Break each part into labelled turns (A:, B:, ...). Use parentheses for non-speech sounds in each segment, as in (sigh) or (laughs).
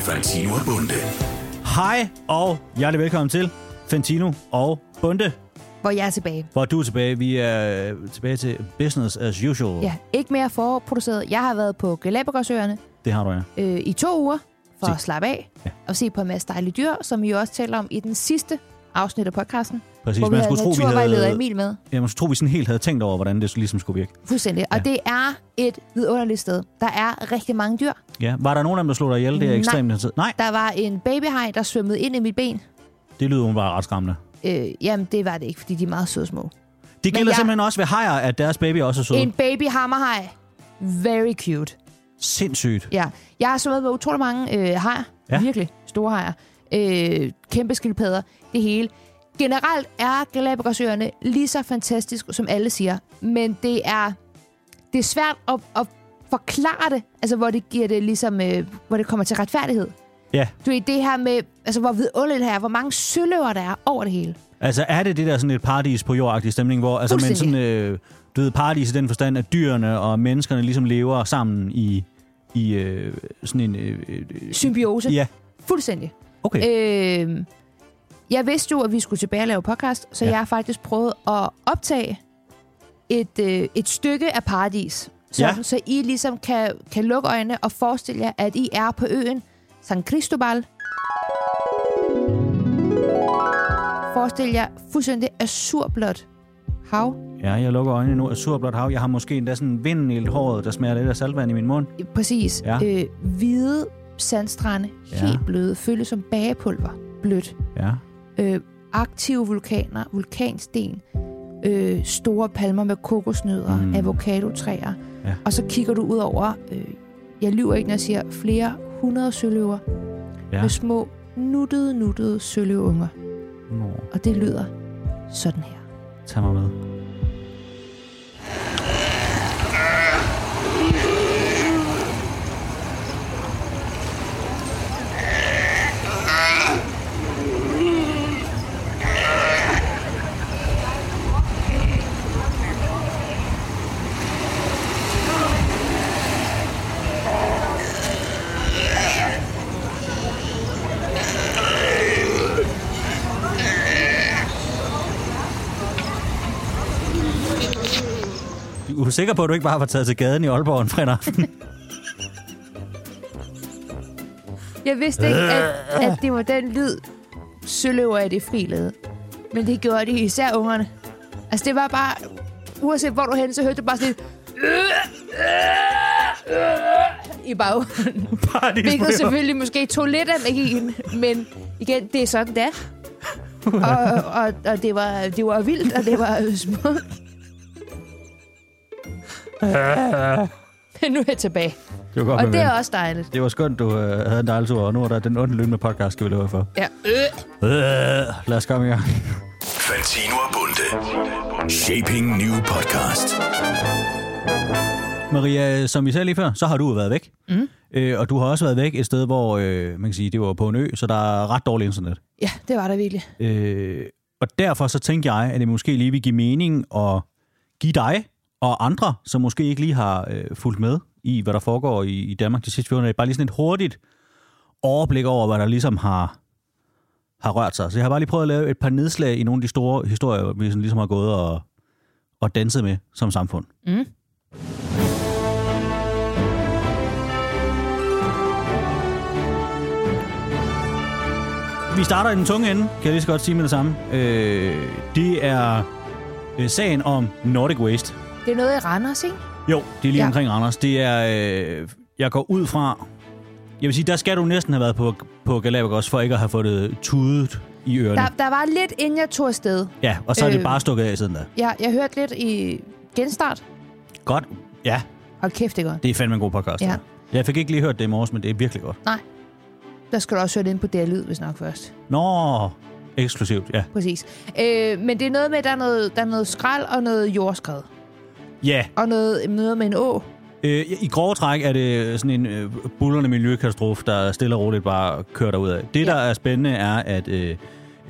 A: Fantino og Bunde.
B: Hej og hjertelig velkommen til Fentino og Bunde,
C: hvor jeg er tilbage.
B: hvor du er tilbage. Vi er tilbage til business as usual.
C: Ja, ikke mere forproduceret. Jeg har været på Galapagosøerne
B: Det har du, ja.
C: øh, i to uger for
B: Se.
C: at slappe af
B: Ja.
C: og se på en masse dejlige dyr, som vi også taler om i den sidste afsnit af podcasten,
B: Præcis.
C: hvor vi
B: Man
C: havde
B: skulle, tro, vi
C: naturvejleder
B: havde,
C: Emil med.
B: ja, man skulle tro, vi sådan helt havde tænkt over, hvordan det ligesom skulle virke.
C: Fuldstændig. Og
B: Ja.
C: det er et vidunderligt sted. Der er rigtig mange dyr.
B: Ja. Var der nogen af dem, der slog dig ihjel? Det er
C: Nej.
B: ekstremt interessant. Nej,
C: Der var en babyhaj, der svømmede ind i mit ben.
B: det lyder bare ret skræmmende.
C: Øh, jamen, det var det ikke, fordi de er meget søde små.
B: Det gælder jeg...
C: jeg-
B: simpelthen også ved hajer, at deres baby også er søde.
C: En baby hammerhaj. Very cute.
B: Sindssygt.
C: Ja. Jeg har svømmet med utrolig mange øh, hajer.
B: Ja.
C: Ja. Virkelig store hajer. Øh, kæmpe skildpadder. Det hele. Generelt er Galapagosøerne lige så fantastisk, som alle siger. Men det er, det er svært at, at forklare det, altså hvor det giver det ligesom, øh, hvor det kommer til retfærdighed.
B: Ja.
C: Du ved, det her med, altså hvor vidunderligt det her er, hvor mange søløver der er over det hele.
B: Altså, er det det der sådan et paradis på jordagtig stemning, hvor altså, men sådan, øh, du ved, paradis i den forstand, at dyrene og menneskerne ligesom lever sammen i, i øh, sådan en... Øh, øh,
C: Symbiose.
B: ja,
C: Fuldstændig.
B: okay. Øh,
C: Øh, jeg vidste jo, at vi skulle tilbage og lave podcast, så
B: Ja.
C: ja. jeg har faktisk prøvet at optage et, øh, et stykke af paradis, så,
B: Ja.
C: ja. så I ligesom kan, kan lukke øjnene og forestille jer, at I er på øen San Cristobal. Forestil jer fuldstændig azurblåt hav.
B: ja, jeg lukker øjnene nu af surblåt hav. Jeg har måske endda sådan vinden i håret, der smager lidt af saltvand i min mund.
C: Præcis.
B: Ja.
C: Ja. Øh, hvide sandstrande,
B: Ja.
C: helt bløde, føles som bagepulver. Blødt.
B: Ja.
C: øh, aktive vulkaner, vulkansten, øh, store palmer med kokosnødder,
B: Mm.
C: mm. avocadotræer.
B: Ja.
C: Ja. Og så kigger du ud over, øh, jeg lyver ikke, når jeg siger, flere hundrede søløver
B: Ja.
C: ja. med små nuttede, nuttede søløveunger.
B: Nå,
C: Og det lyder sådan her.
B: tag mig med. Du er sikker på, at du ikke bare var taget til gaden i Aalborg en fredag aften? (laughs)
C: Jeg vidste ikke, at, at det var den lyd, søløver er det frilede. Men det gjorde de især ungerne. Altså, det var bare... Uanset hvor du hen, så hørte du bare sådan lidt... I baggrunden.
B: Paradis på (laughs)
C: Hvilket
B: jord.
C: selvfølgelig måske tog lidt af magien, men igen, det er sådan, det er. Og, og, og det, var, det var vildt, og det var smukt. Men nu er jeg tilbage,
B: Det var godt,
C: og
B: min
C: det er
B: ven.
C: også dejligt.
B: det var skønt, du øh, havde en dejlig tur, og nu er der den onde løbende podcast, skal vi løbe for.
C: Ja.
B: Øh, lad os komme i gang.
A: Fantino og Bunde. Shaping New Podcast.
B: Maria, øh, som vi sagde lige før, så har du jo været væk. Mm. Øh, og du har også været væk et sted, hvor øh, man kan sige, det var på en ø, så der er ret dårligt internet.
C: ja, det var der virkelig.
B: Øh, og derfor så tænkte jeg, at det måske lige vil give mening at give dig og andre, som måske ikke lige har øh, fulgt med i, hvad der foregår i, i Danmark de sidste 400 dage, bare lige sådan et hurtigt overblik over, hvad der ligesom har, har rørt sig. Så jeg har bare lige prøvet at lave et par nedslag i nogle af de store historier, vi sådan ligesom har gået og, og danset med som samfund. Vi starter i den tunge ende, kan jeg lige så godt sige med det samme. Øh, det er øh, sagen om Nordic Waste.
C: Det er noget i Randers, ikke?
B: Jo, det er lige ja.
C: Ja.
B: omkring Randers. Det er, øh, jeg går ud fra, jeg vil sige, der skal du næsten have været på, på Galapagos, for ikke at have fået det tudet i ørerne.
C: Der, der var lidt inden jeg tog afsted.
B: Ja, og så er øh, det
C: Øh.
B: bare stukket af siden da.
C: Jeg, jeg hørte lidt i genstart.
B: Godt. Ja,
C: Hold kæft, det er godt.
B: det er fandme en god podcast.
C: Ja.
B: det her. Jeg fik ikke lige hørt det i morges, men det er virkelig godt.
C: Nej. Der skal du også høre det ind på DR Lyd, hvis nok først.
B: Nå, eksklusivt, ja.
C: Præcis. Øh, men det er noget med, at der er noget, der er noget skrald og noget jordskred.
B: Ja,
C: Og noget, noget med en å.
B: Øh, I grove træk er det sådan en øh, bullerne miljøkatastrofe, der stille og roligt bare kører derudad. Det, ja. der er spændende, er, at øh,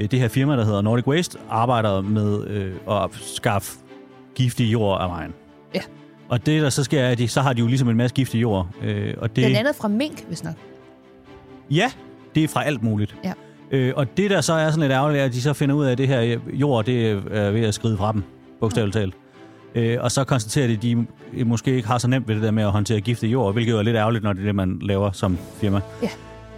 B: øh, det her firma, der hedder Nordic Waste, arbejder med øh, at skaffe giftig jord af vejen.
C: Ja.
B: Og det, der så sker, er, at de, så har de jo ligesom en masse giftig jord. Øh, og det,
C: Blandt andet fra mink, hvis nok.
B: Ja, det er fra alt muligt.
C: Ja.
B: Øh, og det, der så er sådan lidt ærgerligt, er, at de så finder ud af, at det her jord, det er ved at skride fra dem, bogstaveligt talt. Øh, og så konstaterer de, at de måske ikke har så nemt ved det der med at håndtere giftig jord, hvilket jo er lidt ærgerligt, når det er det, man laver som firma.
C: Ja.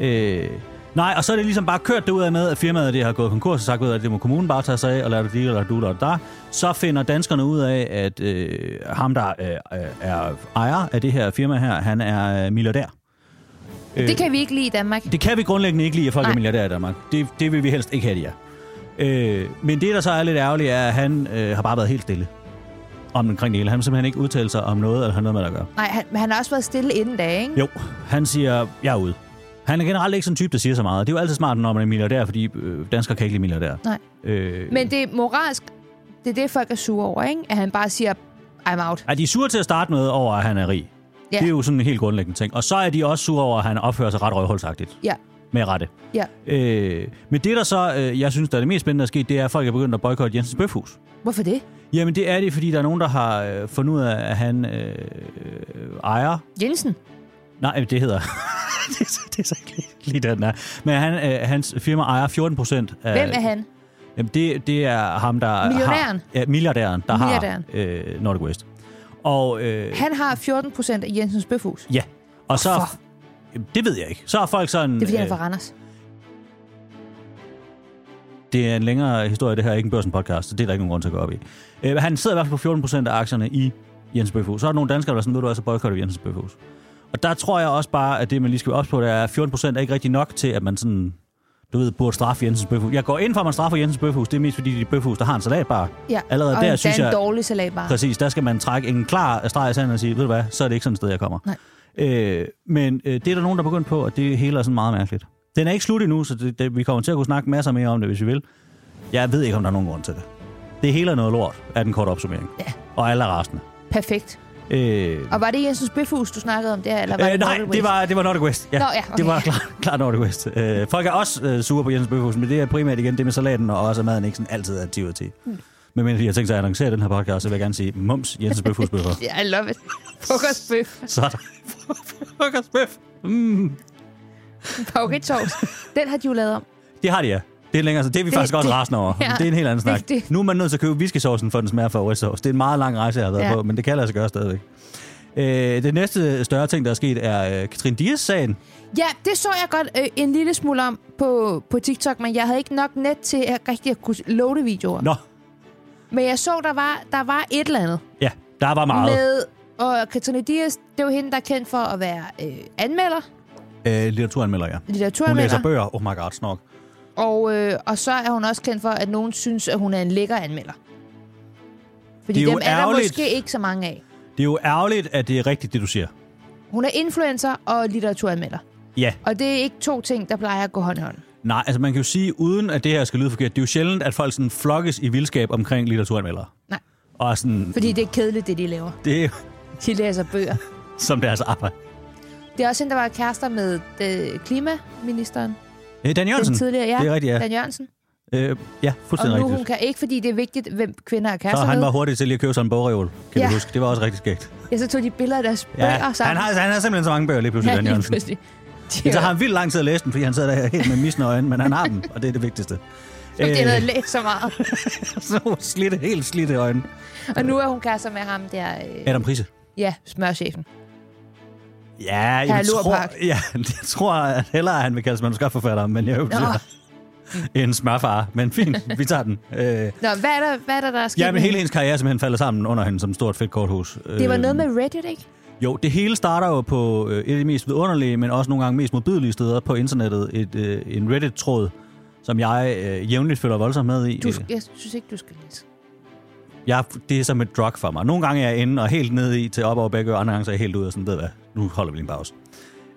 B: Øh, nej, og så er det ligesom bare kørt derudad med, at firmaet det har gået konkurs og sagt, ved, at det må kommunen bare tage sig af, og lade det lige, eller du, eller der. Så finder danskerne ud af, at øh, ham, der øh, øh, er ejer af det her firma her, han er øh, milliardær.
C: Det kan vi ikke lide i Danmark.
B: Øh. Det kan vi grundlæggende ikke lide, at folk Nej.
C: Nej.
B: er milliardærer i Danmark. Det, det vil vi helst ikke have, de er. Øh, men det, der så er lidt ærgerligt, er, at han øh, har bare været helt stille om omkring det hele. Han har simpelthen ikke udtalt sig om noget, eller har noget med det at gøre.
C: Nej, han, men han har også været stille inden da, ikke?
B: Jo, han siger, jeg er ude. Han er generelt ikke sådan en type, der siger så meget. Det er jo altid smart, når man er milliardær, fordi øh, danskere kan ikke lide milliardærer.
C: Nej.
B: Øh,
C: Men det er moralsk, det er det, folk er sure over, ikke? At han bare siger, I'm out.
B: er de er sure til at starte med over, at han er rig?
C: Ja.
B: Det er jo sådan en helt grundlæggende ting. Og så er de også sure over, at han opfører sig ret røvhulsagtigt.
C: Ja,
B: Med rette.
C: ja.
B: Øh, men det, der så, øh, jeg synes, der er det mest spændende, der er sket, det er, at folk er begyndt at boykotte Jensens Bøfhus.
C: Hvorfor det?
B: Jamen det er det, fordi der er nogen, der har øh, fundet ud af, at han øh, øh, ejer...
C: Jensen?
B: Nej, det hedder... (laughs) det, er, så- det er så ikke lige, lige den der. Men han, øh, hans firma ejer 14 procent af...
C: Hvem er han?
B: Jamen det, det er ham, der
C: Millionæren?
B: Har, ja, milliardæren, der
C: Milliardæren.
B: har øh, Nordic West. Og øh,
C: Han har 14 procent af Jensens bøfhus. Det
B: ja, og så...
C: Hvorfor?
B: Jamen, Det ved jeg ikke. Så er folk sådan...
C: er, fordi han er
B: øh,
C: fra Randers.
B: Det er en længere historie, det her er ikke en børsen podcast, så det er der ikke nogen grund til at gå op i. Øh, han sidder i hvert fald på 14 procent af aktierne i Jens Bøfhus. Så er der nogle danskere, der er sådan, ved du, altså boykotter vi Jens Bøfhus. Og der tror jeg også bare, at det, man lige skal være ops på, det er, at 14 procent er ikke rigtig nok til, at man sådan, du ved, burde straffe Jensens Bøfhus. Jeg går ind for, at man straffer Jensens Bøfhus. Det er mest fordi, det er Bøfhus, der har en salatbar.
C: Ja,
B: Allerede
C: og
B: der
C: en,
B: synes
C: der er
B: jeg,
C: en dårlig salatbar.
B: præcis, der skal man trække en klar streg i sanden og sige, ved du hvad, så er det ikke sådan et sted, jeg kommer.
C: Nej.
B: Øh, men øh, det er der nogen, der er begyndt på, og det hele er sådan meget mærkeligt. Den er ikke slut endnu, så det, det, vi kommer til at kunne snakke masser mere om det, hvis vi vil. Jeg ved ikke, om der er nogen grund til det. Det hele er noget lort, er den korte opsummering. Ja. Og alle er resten.
C: Perfekt.
B: Øh,
C: Og var det Jensens bøfhus, du snakkede om der? Eller var
B: øh,
C: det
B: nej,
C: Nordic
B: det
C: Waste?
B: var, det var Nordic West. Ja,
C: Nå, ja, okay.
B: Det var klart klar Nordic West. Øh, folk er også øh, sure på Jens Bøfhus, men det er primært igen det med salaten, og også at maden ikke sådan altid er 10 ud af 10. Mm. Men mens jeg har tænkt sig at annoncere den her podcast, så vil jeg gerne sige, mums, Jens Bøfhus bøffer.
C: (laughs) Ja, I love it. Frokostbøf.
B: Så er der (laughs) frokostbøf. Mm.
C: Pokketsovs. Den har de jo lavet om.
B: Det har de, ja. Det er længere, så det er vi det,
C: Det-
B: faktisk også
C: det-
B: rasende over. Ja,
C: ja.
B: det er en helt anden snak.
C: Det- det-
B: Nu er man nødt til at købe whisky-saucen, for den smager for sovs. Det er en meget lang rejse, jeg har været ja.
C: Ja.
B: på, men det kan lade sig gøre stadigvæk. Øh, det næste større ting, der er sket, er øh, Katrin Dias-sagen.
C: Ja, det så jeg godt øh, en lille smule om på, på TikTok, men jeg havde ikke nok net til at rigtig at kunne loade videoer.
B: Nå,
C: Men jeg så, der var, der var et eller andet
B: ja, der var meget.
C: med... Og Katrine Dias, det var hende, der er kendt for at være øh, anmelder,
B: Øh, litteraturanmelder, ja. Hun læser
C: litteraturanmelder.
B: bøger. Oh my god, snork.
C: Og, øh, og så er hun også kendt for, at nogen synes, at hun er en lækker anmelder. Fordi
B: Det er
C: er
B: jo
C: dem er der
B: ærgerligt.
C: måske ikke så mange af.
B: Det er jo ærgerligt, at det er rigtigt, det du siger.
C: Hun er influencer og litteraturanmelder.
B: Ja,
C: Og det er ikke to ting, der plejer at gå hånd i hånd.
B: nej, altså man kan jo sige, uden at det her skal lyde forkert, det er jo sjældent, at folk sådan flokkes i vildskab omkring litteraturanmeldere.
C: Nej,
B: Og er sådan,
C: fordi det er kedeligt, det de laver.
B: det er jo (laughs)
C: De læser bøger.
B: som deres arbejde.
C: Det er også hende, der var kærester med øh, klimaministeren.
B: Øh, Dan Jørgensen.
C: Den tidligere, ja.
B: Det er rigtigt, ja.
C: Dan Jørgensen.
B: Øh, ja,
C: Og
B: fuldstændig
C: nu
B: rigtigt.
C: hun kan ikke, fordi det er vigtigt, hvem kvinder er
B: Så
C: kærester
B: han
C: med.
B: var hurtig til lige at købe sådan en bogreol, kan ja.
C: Ja.
B: du huske. Det var også rigtig skægt.
C: Ja, så tog de billeder af deres bøger
B: Ja,
C: ja, sammen.
B: han, har, han har simpelthen så mange bøger lige pludselig,
C: (laughs) ja,
B: Dan
C: lige
B: Jørgensen.
C: pludselig.
B: Det
C: Det (laughs)
B: tager ham vildt lang tid at læse dem, fordi han sidder der helt med misne øjne, men han har dem, og det er det vigtigste.
C: Fordi han havde
B: Øh.
C: læst så meget.
B: (laughs) så nogle slidte, helt slidte øjne.
C: Og nu er hun kærester med ham der... Øh,
B: Adam Prise.
C: Ja, smørchefen.
B: Ja, jeg tror,
C: Lurpak.
B: (laughs) ja, jeg tror at hellere, at han vil kalde sig manuskriptforfatter, men jeg
C: Nå.
B: er en smørfar. Men fint, vi tager den. Øh,
C: Nå, hvad er der, hvad er der, der er sket?
B: ja, men
C: med
B: hele
C: hende?
B: hendes karriere er simpelthen faldet sammen under hende som et stort fedt korthus. Øh,
C: Det var noget med Reddit, ikke?
B: Jo, det hele starter jo på øh, et af de mest vidunderlige, men også nogle gange mest modbydelige steder på internettet. Et, øh, en Reddit-tråd, som jeg øh, jævnligt følger voldsomt med i.
C: Du, jeg synes ikke, du skal læse.
B: Jeg, det er som et drug for mig. Nogle gange er jeg inde og helt ned i til op over begge ører, andre gange så er jeg helt ude og sådan, ved du hvad, nu holder vi lige en pause.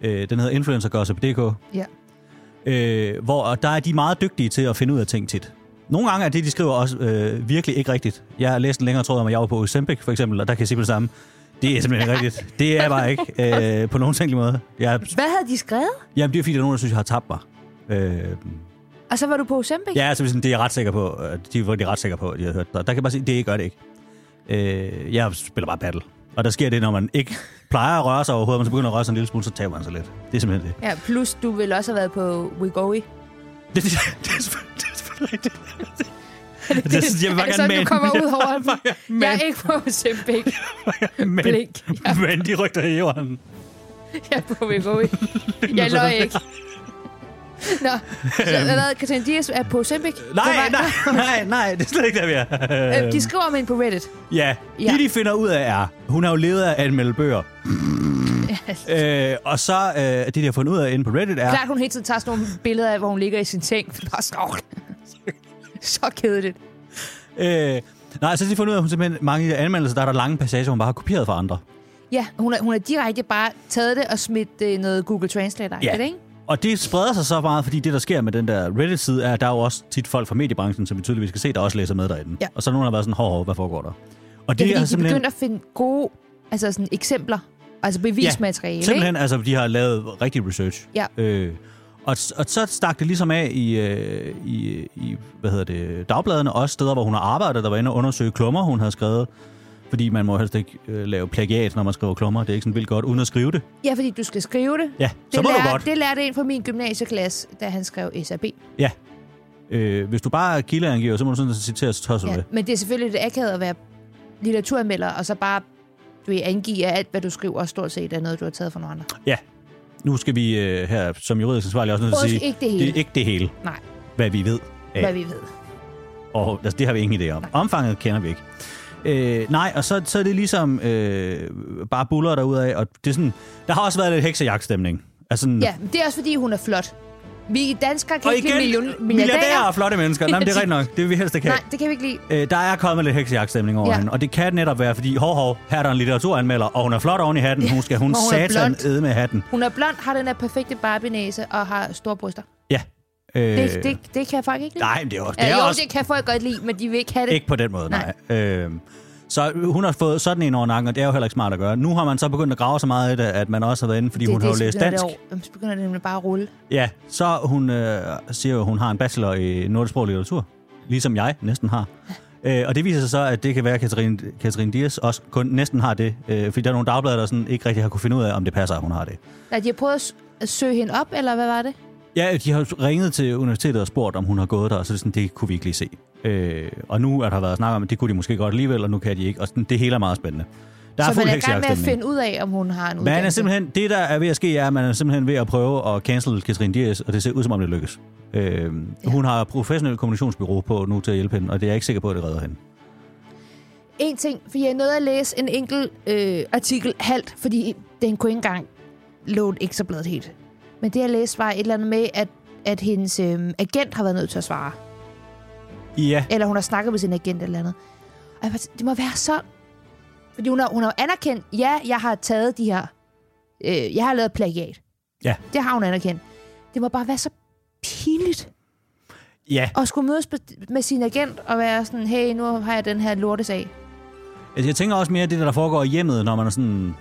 B: Øh, den hedder influencergossip.dk,
C: Ja.
B: øh, hvor og der er de meget dygtige til at finde ud af ting tit. Nogle gange er det, de skriver også øh, virkelig ikke rigtigt. Jeg har læst en længere tråd om, at jeg var på Ozempic for eksempel, og der kan jeg sige på det samme. Det er simpelthen ikke rigtigt. Det er jeg bare ikke øh, på nogen tænkelig måde. Jeg er
C: Hvad havde de skrevet?
B: Jamen, det er fordi, der er nogen, der synes, jeg har tabt mig. Øh,
C: Og så var du på Ozempic?
B: ja, altså, sådan, det er jeg ret sikker på. øh, De var de er ret sikre på, at de havde hørt. Der, der kan jeg bare sige, det gør det ikke. Øh, jeg spiller bare battle. Og der sker det, når man ikke (laughs) plejer at røre sig overhovedet, men så begynder at røre sig en lille smule, så taber man sig lidt. Det er simpelthen det.
C: Ja, plus du vil også have været på WeGoE.
B: Det, det, det, er selvfølgelig- det er selvfølgelig rigtigt.
C: Det,
B: jeg vil bare
C: (laughs) er
B: gerne
C: det sådan,
B: mane-
C: du kommer ud
B: (laughs)
C: over
B: Jeg vil bare
C: den?
B: gerne
C: Jeg er
B: mane-
C: ikke på
B: (laughs)
C: Ozempic.
B: Men,
C: Blink. Ja.
B: men de rygter i jorden.
C: Jeg er på
B: (laughs)
C: WeGoE.
B: sådan.
C: Jeg løj
B: (laughs)
C: ikke. Nå, så hvad, Katrine Dias er på Ozempic? Det
B: Øhm. Nej,
C: var-
B: nej, nej, nej, det er slet ikke der, vi er.
C: Øh, de skriver om hende på Reddit.
B: Ja,
C: Ja.
B: det de finder ud af er, hun har jo levet af at anmelde bøger. øh, og så, øh, det de har fundet ud af inde på Reddit er,
C: Klart, hun hele tiden tager sådan nogle billeder af, hvor hun ligger i sin seng. (laughs) Bare
B: (laughs)
C: så, så kedeligt.
B: øh, nej, så har de fundet ud af, at hun simpelthen, mange af de der anmeldelser, der er der lange passager, hun bare har kopieret fra andre.
C: Ja, hun har hun er direkte bare taget det og smidt øh, noget Google Translate af det, ikke?
B: Og det spreder sig så meget, fordi det, der sker med den der Reddit-side, er, at der er jo også tit folk fra mediebranchen, som vi tydeligvis kan se, der også læser med derinde.
C: Ja.
B: Og så er nogen, der har været sådan, hov, hov, hvad foregår der? Og
C: Det er, fordi de
B: simpelthen-
C: begyndte at finde gode altså sådan, eksempler, altså bevismateriale, ja,
B: simpelthen, altså de har lavet rigtig research.
C: Ja.
B: Øh, og, s- og så stak det ligesom af i, øh, i, i hvad hedder det, dagbladene, også steder, hvor hun har arbejdet, der var inde og undersøge klummer, hun havde skrevet. Fordi man må helst ikke øh, lave plagiat, når man skriver klummer. Det er ikke sådan vildt godt, uden at skrive det.
C: ikke? Ja, fordi du skal skrive det.
B: Ja,
C: Det,
B: så må
C: lærte,
B: du godt.
C: det lærte en fra min gymnasieklasse, da han skrev SAB.
B: Ja. Øh, hvis du bare kildeangiver, så må du sådan set citere så tosser ja.
C: Ja.
B: det.
C: Men det er selvfølgelig det akavet at være litteraturanmelder, og så bare du ved, angive at alt, hvad du skriver, stort set er noget, du har taget fra nogle andre.
B: Ja. Nu skal vi øh, her, som juridisk ansvarlig, også nødt til at
C: Undskyld,
B: sige,
C: ikke det hele.
B: det er ikke det hele,
C: Nej,
B: hvad vi ved. af
C: hvad vi ved.
B: Og altså, det har vi ingen idé om. Omfanget kender vi ikke. Øh, nej, og så, så er det ligesom øh, bare buller derudad, og det er sådan, der har også været lidt heksejagtstemning. Altså sådan,
C: Ja, men det er også, fordi hun er flot. Vi danskere kan
B: og
C: ikke
B: igen,
C: lide million-
B: milliardærer
C: milliardærer.
B: og flotte mennesker. Nej, men
C: (laughs)
B: det er rigtigt nok, det vil vi helst ikke have.
C: Nej, det kan vi ikke lide.
B: Øh, der er kommet lidt heksejagtstemning over
C: Ja.
B: ja. hende, og det kan netop være, fordi hov, hov, her er der en litteraturanmelder, og hun er flot oven i hatten, hun skal
C: (laughs)
B: hun,
C: og hun er
B: satan
C: blond.
B: æde med hatten.
C: Hun er blond, har den her perfekte barbie og har store bryster.
B: Ja. Øh,
C: Det, øh. det, det kan folk ikke lide.
B: Nej, men det er også,
C: Ja,
B: det er
C: jo,
B: også
C: det kan folk godt lide, men de vil ikke have det.
B: Ikke på den måde, nej. nej. Øh, så hun har fået sådan en over nakken, og det er jo heller ikke smart at gøre. Nu har man så begyndt at grave så meget i det, at man også har været inde, fordi
C: det, er
B: hun har jo
C: det, så
B: læst
C: begynder
B: dansk.
C: Det over. Jamen, så begynder det nemlig bare at rulle.
B: Ja, så hun øh, siger jo, at hun har en bachelor i nordisk sprog og litteratur, ligesom jeg næsten
C: (laughs)
B: har. Øh, og det viser sig så, at det kan være, at Katrine, Katrine Dias også kun næsten har det, øh, fordi der er nogle dagblade, der sådan ikke rigtig har kunne finde ud af, om det passer, at hun har det.
C: Nej, de har prøvet at s- at søge hende op, eller hvad var det?
B: Ja, de har jo ringet til universitetet og spurgt, om hun har gået der, og så er det sådan, det kunne vi ikke lige se. Øh, og nu er der været snak om, at det kunne de måske godt alligevel, og nu kan de ikke, og sådan, det hele er meget spændende. Der er
C: så
B: fuld
C: man er i gang med at
B: heksejagtstemning.
C: finde ud af, om hun har en uddannelse.
B: Man er simpelthen, det der er ved at ske, er, at man er simpelthen ved at prøve at cancel Katrine Dias, og det ser ud som om det lykkes. Øh, ja. Hun har et professionelt kommunikationsbyrå på nu til at hjælpe hende, og det er jeg ikke sikker på, at det redder hende.
C: En ting, for jeg nåede at læse en enkelt øh, artikel halvt, fordi den kunne ikke engang låne ekstrabladet helt. Men det, jeg læste, var et eller andet med, at, at hendes øh, agent har været nødt til at svare.
B: Ja,
C: Eller hun har snakket med sin agent eller andet. Og jeg bare, tænkte, det må være så... Fordi hun har, hun har jo anerkendt, ja, jeg har taget de her... Øh, jeg har lavet plagiat.
B: Ja.
C: Det har hun anerkendt. Det må bare være så pinligt
B: ja.
C: at skulle mødes be- med sin agent og være sådan, hey, nu har jeg den her lortesag.
B: Altså, jeg tænker også mere, at det der foregår i hjemmet, når man er sådan,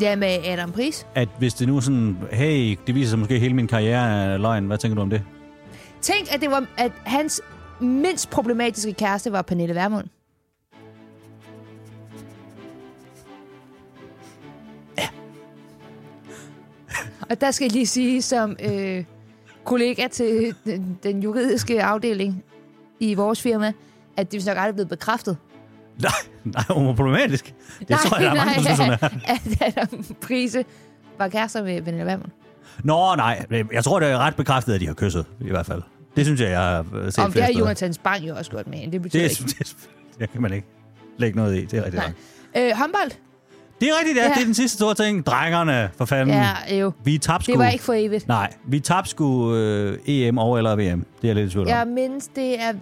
C: Ja, med Adam Pris.
B: at hvis det nu er sådan, hey, det viser sig måske at hele min karriere er løgn, hvad tænker du om det?
C: Tænk, at, det var, at hans mindst problematiske kæreste var Pernille Vermund. Ja. Og der skal jeg lige sige, som øh, kollega til den, den juridiske afdeling i vores firma, at det vist nok aldrig er blevet bekræftet.
B: Nej, nej, hun var problematisk. Det tror jeg, der er mange, der synes, hun er.
C: (laughs) at Adam Prise var kærester med Pernille Vermund.
B: Nå, nej, jeg tror, det er ret bekræftet, at de har kysset, i hvert fald. Det synes jeg, jeg har øh, set flere
C: Om det har
B: steder.
C: Jonathan Spang jo også gjort med hende. Det betyder
B: det,
C: ikke.
B: det, det, kan man ikke lægge noget i, det er rigtigt
C: Nej.
B: nok.
C: Øh, håndbold?
B: Det er rigtigt, ja.
C: Ja.
B: ja. Det er den sidste store ting. Drengerne, for fanden.
C: Ja, jo.
B: Vi tabte sgu.
C: Det var ikke for evigt.
B: Nej, vi tabte sgu øh, EM over eller VM. Det er jeg lidt i tvivl om.
C: Jeg mindes, det er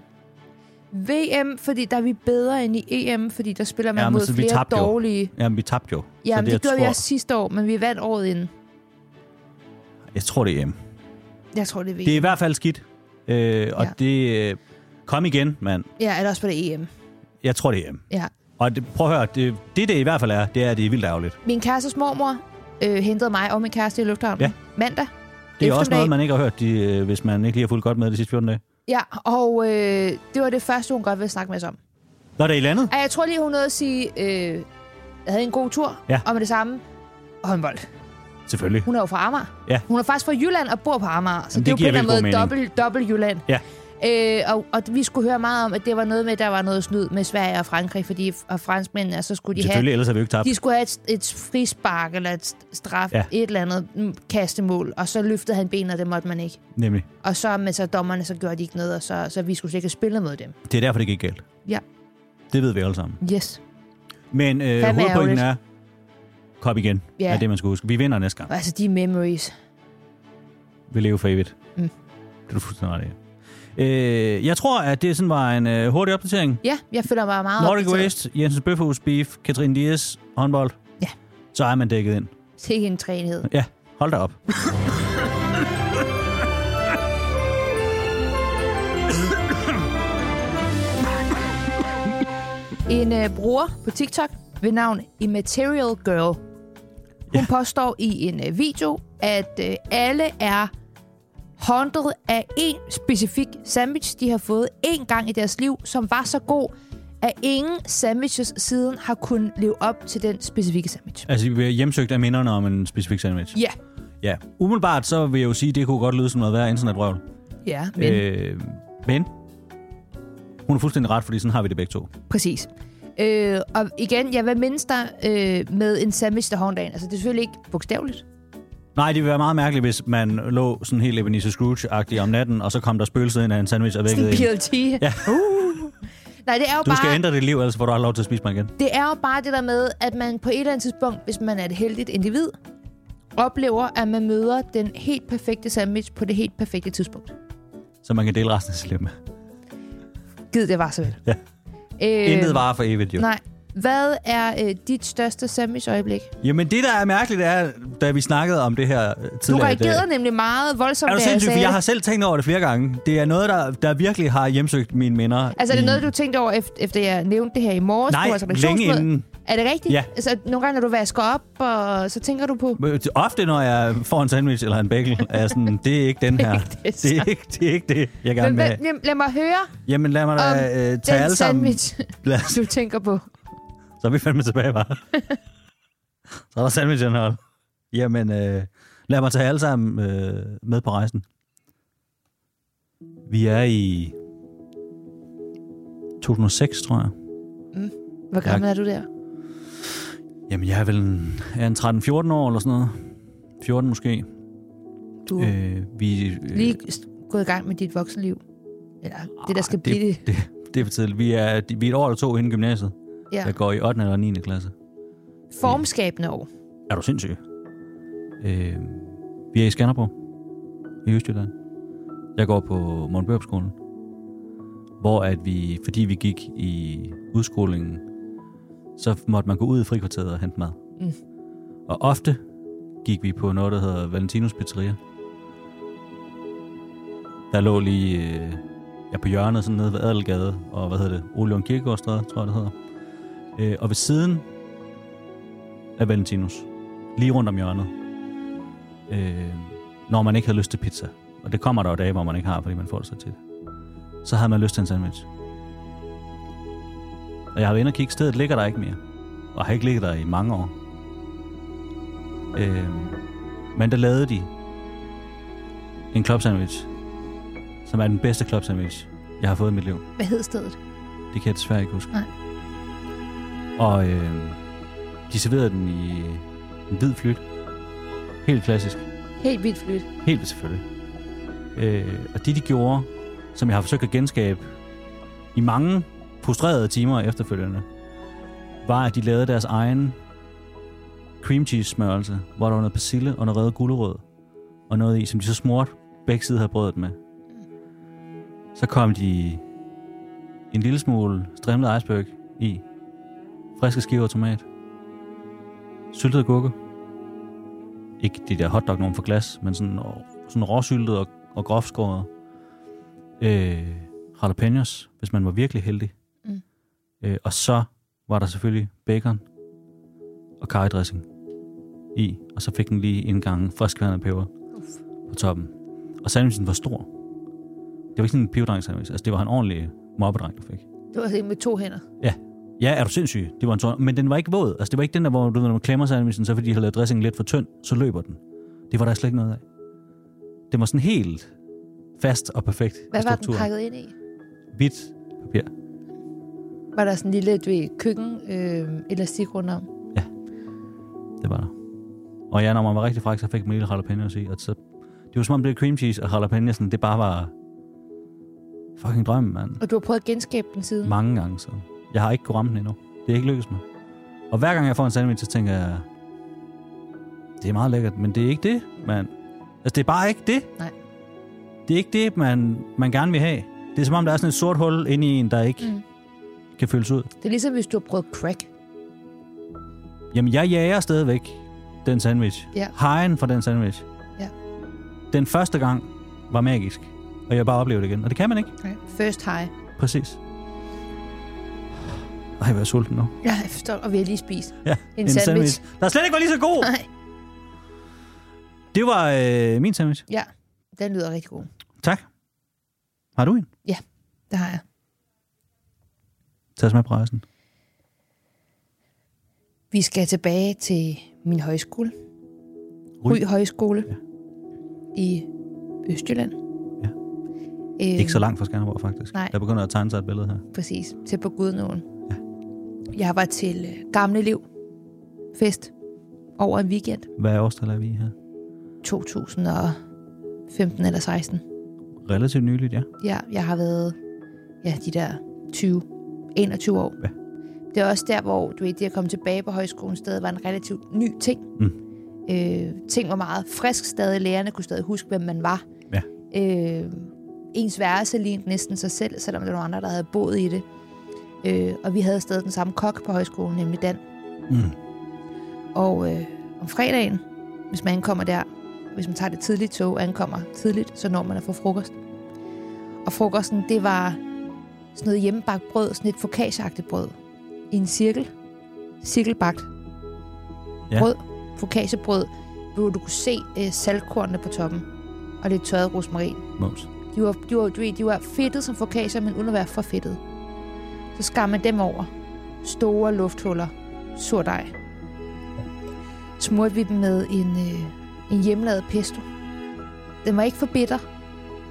C: VM, fordi der er vi bedre end i EM, fordi der spiller man
B: Ja, men
C: mod
B: så vi
C: flere
B: tabte jo.
C: dårlige.
B: Jamen, vi tabte jo.
C: Jamen, det,
B: jeg
C: det gjorde
B: tror,
C: vi også sidste år, men vi vandt året inden.
B: Jeg tror, det er EM.
C: Jeg tror, det er VM.
B: Det er i hvert fald skidt. Øh, og
C: Ja.
B: ja. det... Øh, kom igen, mand.
C: Ja, eller også på det EM.
B: Jeg tror, det er E EM.
C: Ja.
B: Og det, prøv at høre, det, det det i hvert fald er, det er, at det er vildt ærgerligt.
C: Min kærestes mormor øh, hentede mig og min kæreste i lufthavnen
B: Ja.
C: mandag.
B: Det er også
C: eftermiddag.
B: noget, man ikke har hørt, de, øh, hvis man ikke lige har fulgt godt med de sidste 14 dage.
C: Ja, og øh, det var det første, hun godt ville snakke med os om.
B: Nå, det er i landet?
C: Og jeg tror lige, hun nåede at sige, øh, havde en god tur,
B: Ja.
C: og med det samme håndbold.
B: Selvfølgelig.
C: Hun er jo fra Amager.
B: Ja.
C: Hun er faktisk fra Jylland og bor på Amager, så
B: Jamen, det
C: det, det er jo på
B: giver
C: en eller
B: vel
C: anden måde
B: god
C: dobbelt, dobbelt Jylland.
B: Ja.
C: Øh, og, og vi skulle høre meget om, at det var noget med, at der var noget snyd med Sverige og Frankrig, fordi f- og franskmændene, og så skulle de have
B: Selvfølgelig, ellers har vi jo ikke tabt.
C: de skulle have et, et frispark eller et st- straf,
B: Ja.
C: ja. et eller andet mm, kastemål, og så løftede han benet, og det måtte man ikke.
B: Nemlig.
C: Og så med så dommerne, så gjorde de ikke noget, og så, så vi skulle slet ikke spille mod dem.
B: Det er derfor, det gik galt.
C: Ja.
B: Det ved vi alle sammen.
C: Yes.
B: Men øh,
C: Fandme
B: hovedpointen
C: ærgerligt.
B: er, kop igen,
C: Ja.
B: er det, man skal huske. Vi vinder næste gang.
C: Og altså de memories.
B: vil leve for evigt.
C: Mm.
B: Det er du fuldstændig ret i. Øh, jeg tror, at det sådan var en øh, hurtig opdatering.
C: Ja, jeg føler mig meget
B: Nordic
C: opdateret.
B: Waste, Jensens Bøfhus Beef, Katrine Dias, håndbold.
C: Ja.
B: Så er man dækket ind.
C: Sikke en trænhed.
B: Ja, hold da op.
C: En øh, bruger på TikTok ved navn Immaterial Girl. Hun
B: Ja.
C: ja. påstår i en øh, video, at øh, alle er håndtet af en specifik sandwich, de har fået én gang i deres liv, som var så god, at ingen sandwiches siden har kunnet leve op til den specifikke sandwich.
B: Altså, vi bliver hjemsøgt af minderne om en specifik sandwich.
C: Ja.
B: Ja. Umiddelbart, så vil jeg jo sige, at det kunne godt lyde som noget værre internetrøvl.
C: Ja, men øh.
B: Øh, men hun er fuldstændig ret, fordi sådan har vi det begge to.
C: præcis. Øh, og igen, jeg vil mindes dig øh, med en sandwich til hånddagen. Altså, det er selvfølgelig ikke bogstaveligt.
B: Nej, det ville være meget mærkeligt, hvis man lå sådan helt Ebenezer Scrooge-agtig om natten, og så kom der spøgelset ind af en sandwich og vækkede en.
C: PLT. Ja. Uh. Nej, det er jo
B: Du
C: bare...
B: skal ændre dit liv, ellers får du aldrig lov til at spise mig igen.
C: Det er jo bare det der med, at man på et eller andet tidspunkt, hvis man er et heldigt individ, oplever, at man møder den helt perfekte sandwich på det helt perfekte tidspunkt.
B: så man kan dele resten af sit liv med.
C: Gid det var så vel.
B: Ja.
C: Øh,
B: Intet varer for evigt, jo.
C: Nej. Hvad er øh, dit største sandwich-øjeblik?
B: Jamen, det, der er mærkeligt, er, da vi snakkede om det her øh,
C: Du
B: tidligere... i dag-
C: reagerede nemlig meget voldsomt,
B: er du
C: da jeg
B: sindssyg? For
C: sagde
B: jeg har
C: det.
B: selv tænkt over det flere gange. Det er noget, der, der virkelig har hjemsøgt mine minder.
C: Altså, er det
B: i-
C: noget, du tænkte over, efter, efter jeg nævnte det her i morges?
B: Mm. Nej,
C: på vores redaktionsmøde?
B: længe inden.
C: Er det rigtigt?
B: Ja.
C: Altså, nogle gange, når du vasker op, og så tænker du på...
B: Øh, Ofte, når jeg får en sandwich eller en bagel, er jeg sådan, det er ikke den her.
C: Det er ikke (laughs) det,
B: det, er ikke, det, er ikke det jeg gerne
C: Men,
B: vil
C: hvad,
B: have.
C: lad, lad mig høre
B: Jamen, lad mig
C: om
B: da øh, tage
C: den
B: alle sammen.
C: sandwich, (laughs)
B: Lad os,
C: du tænker på.
B: så er vi fandme tilbage,
C: (laughs)
B: bare. så er der sandwichenhold. Jamen, øh, lad mig tage alle sammen øh, med på rejsen. Vi er i 2006, tror jeg.
C: Hvor
B: Jeg-
C: gammel er du der?
B: Jamen, jeg er vel en, jeg er en 13-14 år eller sådan noget. 14 måske.
C: Du er
B: Øh, vi, øh,
C: Uh. lige s- gået i gang med dit voksenliv. Eller det, der skal
B: ah,
C: blive det.
B: det. Det er for tidligt. Vi er, vi er et år eller to inden gymnasiet.
C: Ja.
B: Jeg går i 8. eller 9. klasse.
C: Formskabende år.
B: Er du sindssyg? Øh, vi er i Skanderborg. I Østjylland. Jeg går på Montbørpskolen. Hvor at vi, fordi vi gik i udskolingen, så måtte man gå ud i frikvarteret og hente mad.
C: Mm.
B: Og ofte gik vi på noget, der hedder Valentinus Pizzeria. Der lå lige øh, ja, på hjørnet sådan nede ved Adelgade, og hvad hedder det? Ole Kirkegaardstræde, tror jeg det hedder. Øh, og ved siden af Valentinus, lige rundt om hjørnet, øh, når man ikke havde lyst til pizza. Og det kommer der jo dage, hvor man ikke har, fordi man får det så tit. Så havde man lyst til en sandwich. Og jeg har været inde og kigge, stedet ligger der ikke mere. Og har ikke ligget der i mange år. Øh, men der lavede de en club sandwich, som er den bedste club sandwich, jeg har fået i mit liv.
C: Hvad hed stedet?
B: Det kan jeg desværre ikke huske.
C: Nej.
B: Og øh, de serverede den i en hvid flyt. Helt klassisk.
C: Helt vildt flyt.
B: Helt vildt selvfølgelig. Øh, og det de gjorde, som jeg har forsøgt at genskabe i mange frustrerede timer efterfølgende, var at de lavede deres egen cream cheese smørelse, hvor der var noget persille og noget reddet gulerod og noget i, som de så smurte begge sider af brødet med. Så kom de en lille smule strimlet iceberg i, friske skiver af tomat, syltede gurke, ikke de der hotdog nogen for glas, men sådan, sådan råsyltet og, og grofskåret. Øh, jalapenos, hvis man var virkelig heldig.
C: Mm.
B: Øh, og så var der selvfølgelig bacon og karrydressing i, og så fik den lige en gang friskværende peber
C: Uf.
B: på toppen. Og sandwichen var stor. Det var ikke sådan en piverdreng sandwich, altså det var en ordentlig mobbedreng, der fik.
C: Det var en med to hænder.
B: Ja, er du sindssyg? Det var en tår. Men den var ikke våd. Altså, det var ikke den der, hvor du, ved, når man klemmer sig, hvis den så fordi de har lavet dressingen lidt for tynd, så løber den. Det var der slet ikke noget af. Den var sådan helt fast og perfekt. i
C: Hvad var den
B: strukturen.
C: pakket ind i?
B: Hvidt papir.
C: Var der sådan en lille du ved, køkken øh, elastik rundt om?
B: Det var der. Og ja, når man var rigtig fræk, så fik man lille jalapenos i. Og så, det var som om det var cream cheese og jalapenosen, det bare var fucking drømmen, mand.
C: Og du har prøvet at genskabe den siden?
B: Mange gange siden. Jeg har ikke kunnet ramme den endnu. Det er ikke lykkedes mig. Og hver gang jeg får en sandwich, så tænker jeg, det er meget lækkert, men det er ikke det, mand. Altså, det er bare ikke det.
C: Nej.
B: Det er ikke det, man, man gerne vil have. Det er som om, der er sådan et sort hul inde i en, der ikke
C: Mm.
B: mm. kan fyldes ud.
C: Det er ligesom, hvis du har prøvet crack.
B: Jamen, jeg jager stadigvæk den sandwich.
C: Ja.
B: Hejen fra den sandwich.
C: Ja.
B: Den første gang var magisk, og jeg har bare opleve det igen. Og det kan man ikke,
C: Okay. First high.
B: præcis. Ej, jeg er sulten nu.
C: Ja, jeg forstår. Og vi har lige spist.
B: Ja,
C: En sandwich.
B: Der slet ikke var lige så god.
C: Nej.
B: Det var øh, min sandwich.
C: Ja, den lyder rigtig god.
B: Tak. Har du en?
C: Ja, det har jeg.
B: Tag os med på rejsen.
C: Vi skal tilbage til min højskole.
B: Ry.
C: Ry Højskole ja. i Østjylland.
B: Ja.
C: Øhm,
B: Ikke så langt fra Skanderborg, faktisk.
C: Nej.
B: Der begynder at tegne sig et billede her.
C: Præcis, til på Gudnåen. Ja. Jeg var til øh, Gamle Liv fest over en weekend,
B: Hvad årstal er vi i her?
C: 2015 eller 16.
B: Relativt nyligt, ja.
C: Ja, jeg har været ja, de der 20, 21 år.
B: Ja.
C: Det er også der, hvor du ved, det at komme tilbage på højskolen stadig var en relativt ny ting.
B: Mm.
C: Øh, ting var meget frisk stadig. Lærerne kunne stadig huske, hvem man var.
B: Ja.
C: Øh, ens værelse lignede næsten sig selv, selvom der var andre, der havde boet i det. Øh, og vi havde stadig den samme kok på højskolen, nemlig Dan.
B: Mm.
C: Og øh, om fredagen, hvis man ankommer der, hvis man tager det tidlige tog, ankommer tidligt, så når man at få frokost. Og frokosten, det var sådan noget hjemmebagt brød, sådan et fokageagtigt brød. I en cirkel. Cirkelbagt.
B: Ja.
C: Brød. Fokagebrød, hvor du kunne se øh, saltkornene på toppen. Og lidt tørret rosmarin.
B: Mums.
C: De var, de var, du ved, de var fedtet som focaccia, men uden at være for fedtet. Så skar man dem over. Store lufthuller. Surdej. Smurte vi dem med en, øh, en hjemmelavet pesto. Den var ikke for bitter.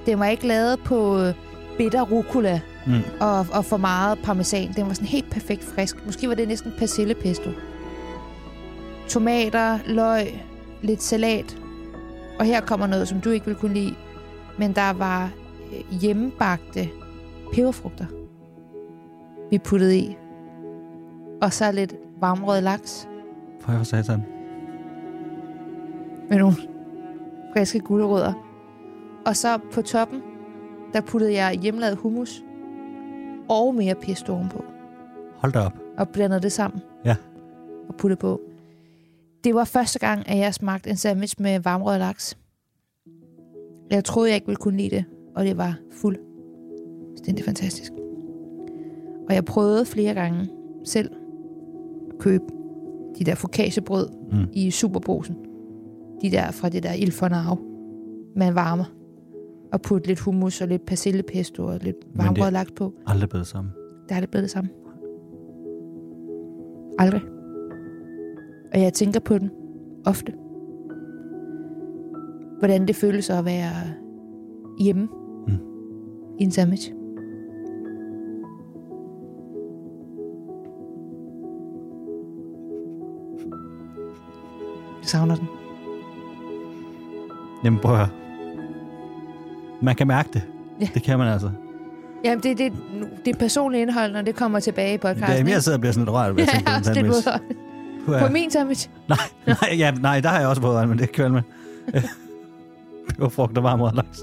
C: Den var ikke lavet på øh, bitter rucola
B: Mm.
C: og, og for meget parmesan. Den var sådan helt perfekt frisk. Måske var det næsten persillepesto. Tomater, løg, lidt salat. Og her kommer noget, som du ikke vil kunne lide. Men der var øh, hjemmebagte peberfrugter, vi puttede i. Og så lidt varmrød laks
B: For jeg satan.
C: med nogle friske gulerødder. Og så på toppen, der puttede jeg hjemmelavet hummus og mere pesto ovenpå.
B: Hold da op.
C: og blander det sammen.
B: Ja.
C: Og putter på. Det var første gang, at jeg smagte en sandwich med varmrød laks. Jeg troede, jeg ikke ville kunne lide det, og det var fuldstændig fantastisk. Og jeg prøvede flere gange selv at købe de der fokagebrød
B: Mm.
C: mm. i superposen. De der fra det der Il Fornau. Man varmer. Og putte lidt hummus og lidt persillepesto og lidt
B: det-
C: varmrød laks på
B: Aldrig bedre sammen.
C: der er det blevet det samme. Aldrig. Og jeg tænker på den ofte. Hvordan det føles at være hjemme
B: Mm.
C: mm. i en sandwich. Jeg savner den.
B: Jamen, prøv at høre. Man kan mærke det.
C: Ja.
B: Det kan man altså.
C: Jamen, det, det, nu- det er personligt indhold, når det kommer tilbage i
B: Det er
C: podcasten.
B: mere, jeg sidder og bliver sådan lidt rørt ved
C: (laughs)
B: at
C: jeg
B: tænke på
C: er
B: den
C: også lidt
B: sandwich.
C: udrørt.
B: Puha.
C: På min sandwich.
B: Nej, nej, ja, nej, der har jeg også prøvet, men det kan
C: (laughs)
B: med. (laughs) Peberfrugt og varm rød laks.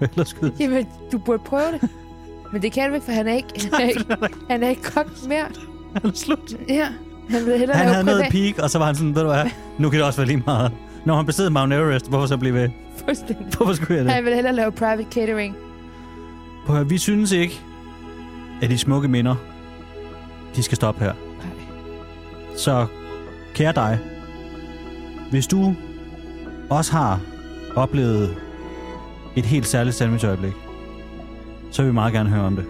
B: Eller skyde.
C: Jamen, du burde prøve det. Men det kan du ikke, for han er (laughs) ikke, han er ikke, han er ikke kok mere.
B: Eller slut.
C: Ja, han vil hellere
B: Han
C: lave
B: havde noget
C: privat-
B: peak, og så var han sådan, ved du hvad, nu kan det også være lige meget. Når han bestedte Mount Everest, hvorfor så blive ved? (laughs)
C: Fuldstændig.
B: Hvorfor skulle jeg det?
C: Han vil hellere lave private catering.
B: Prøv at høre, vi synes ikke, at de smukke minder, de skal stoppe her.
C: Nej.
B: Så kære dig, hvis du også har oplevet et helt særligt sandwichøjeblik, så vil vi meget gerne høre om det.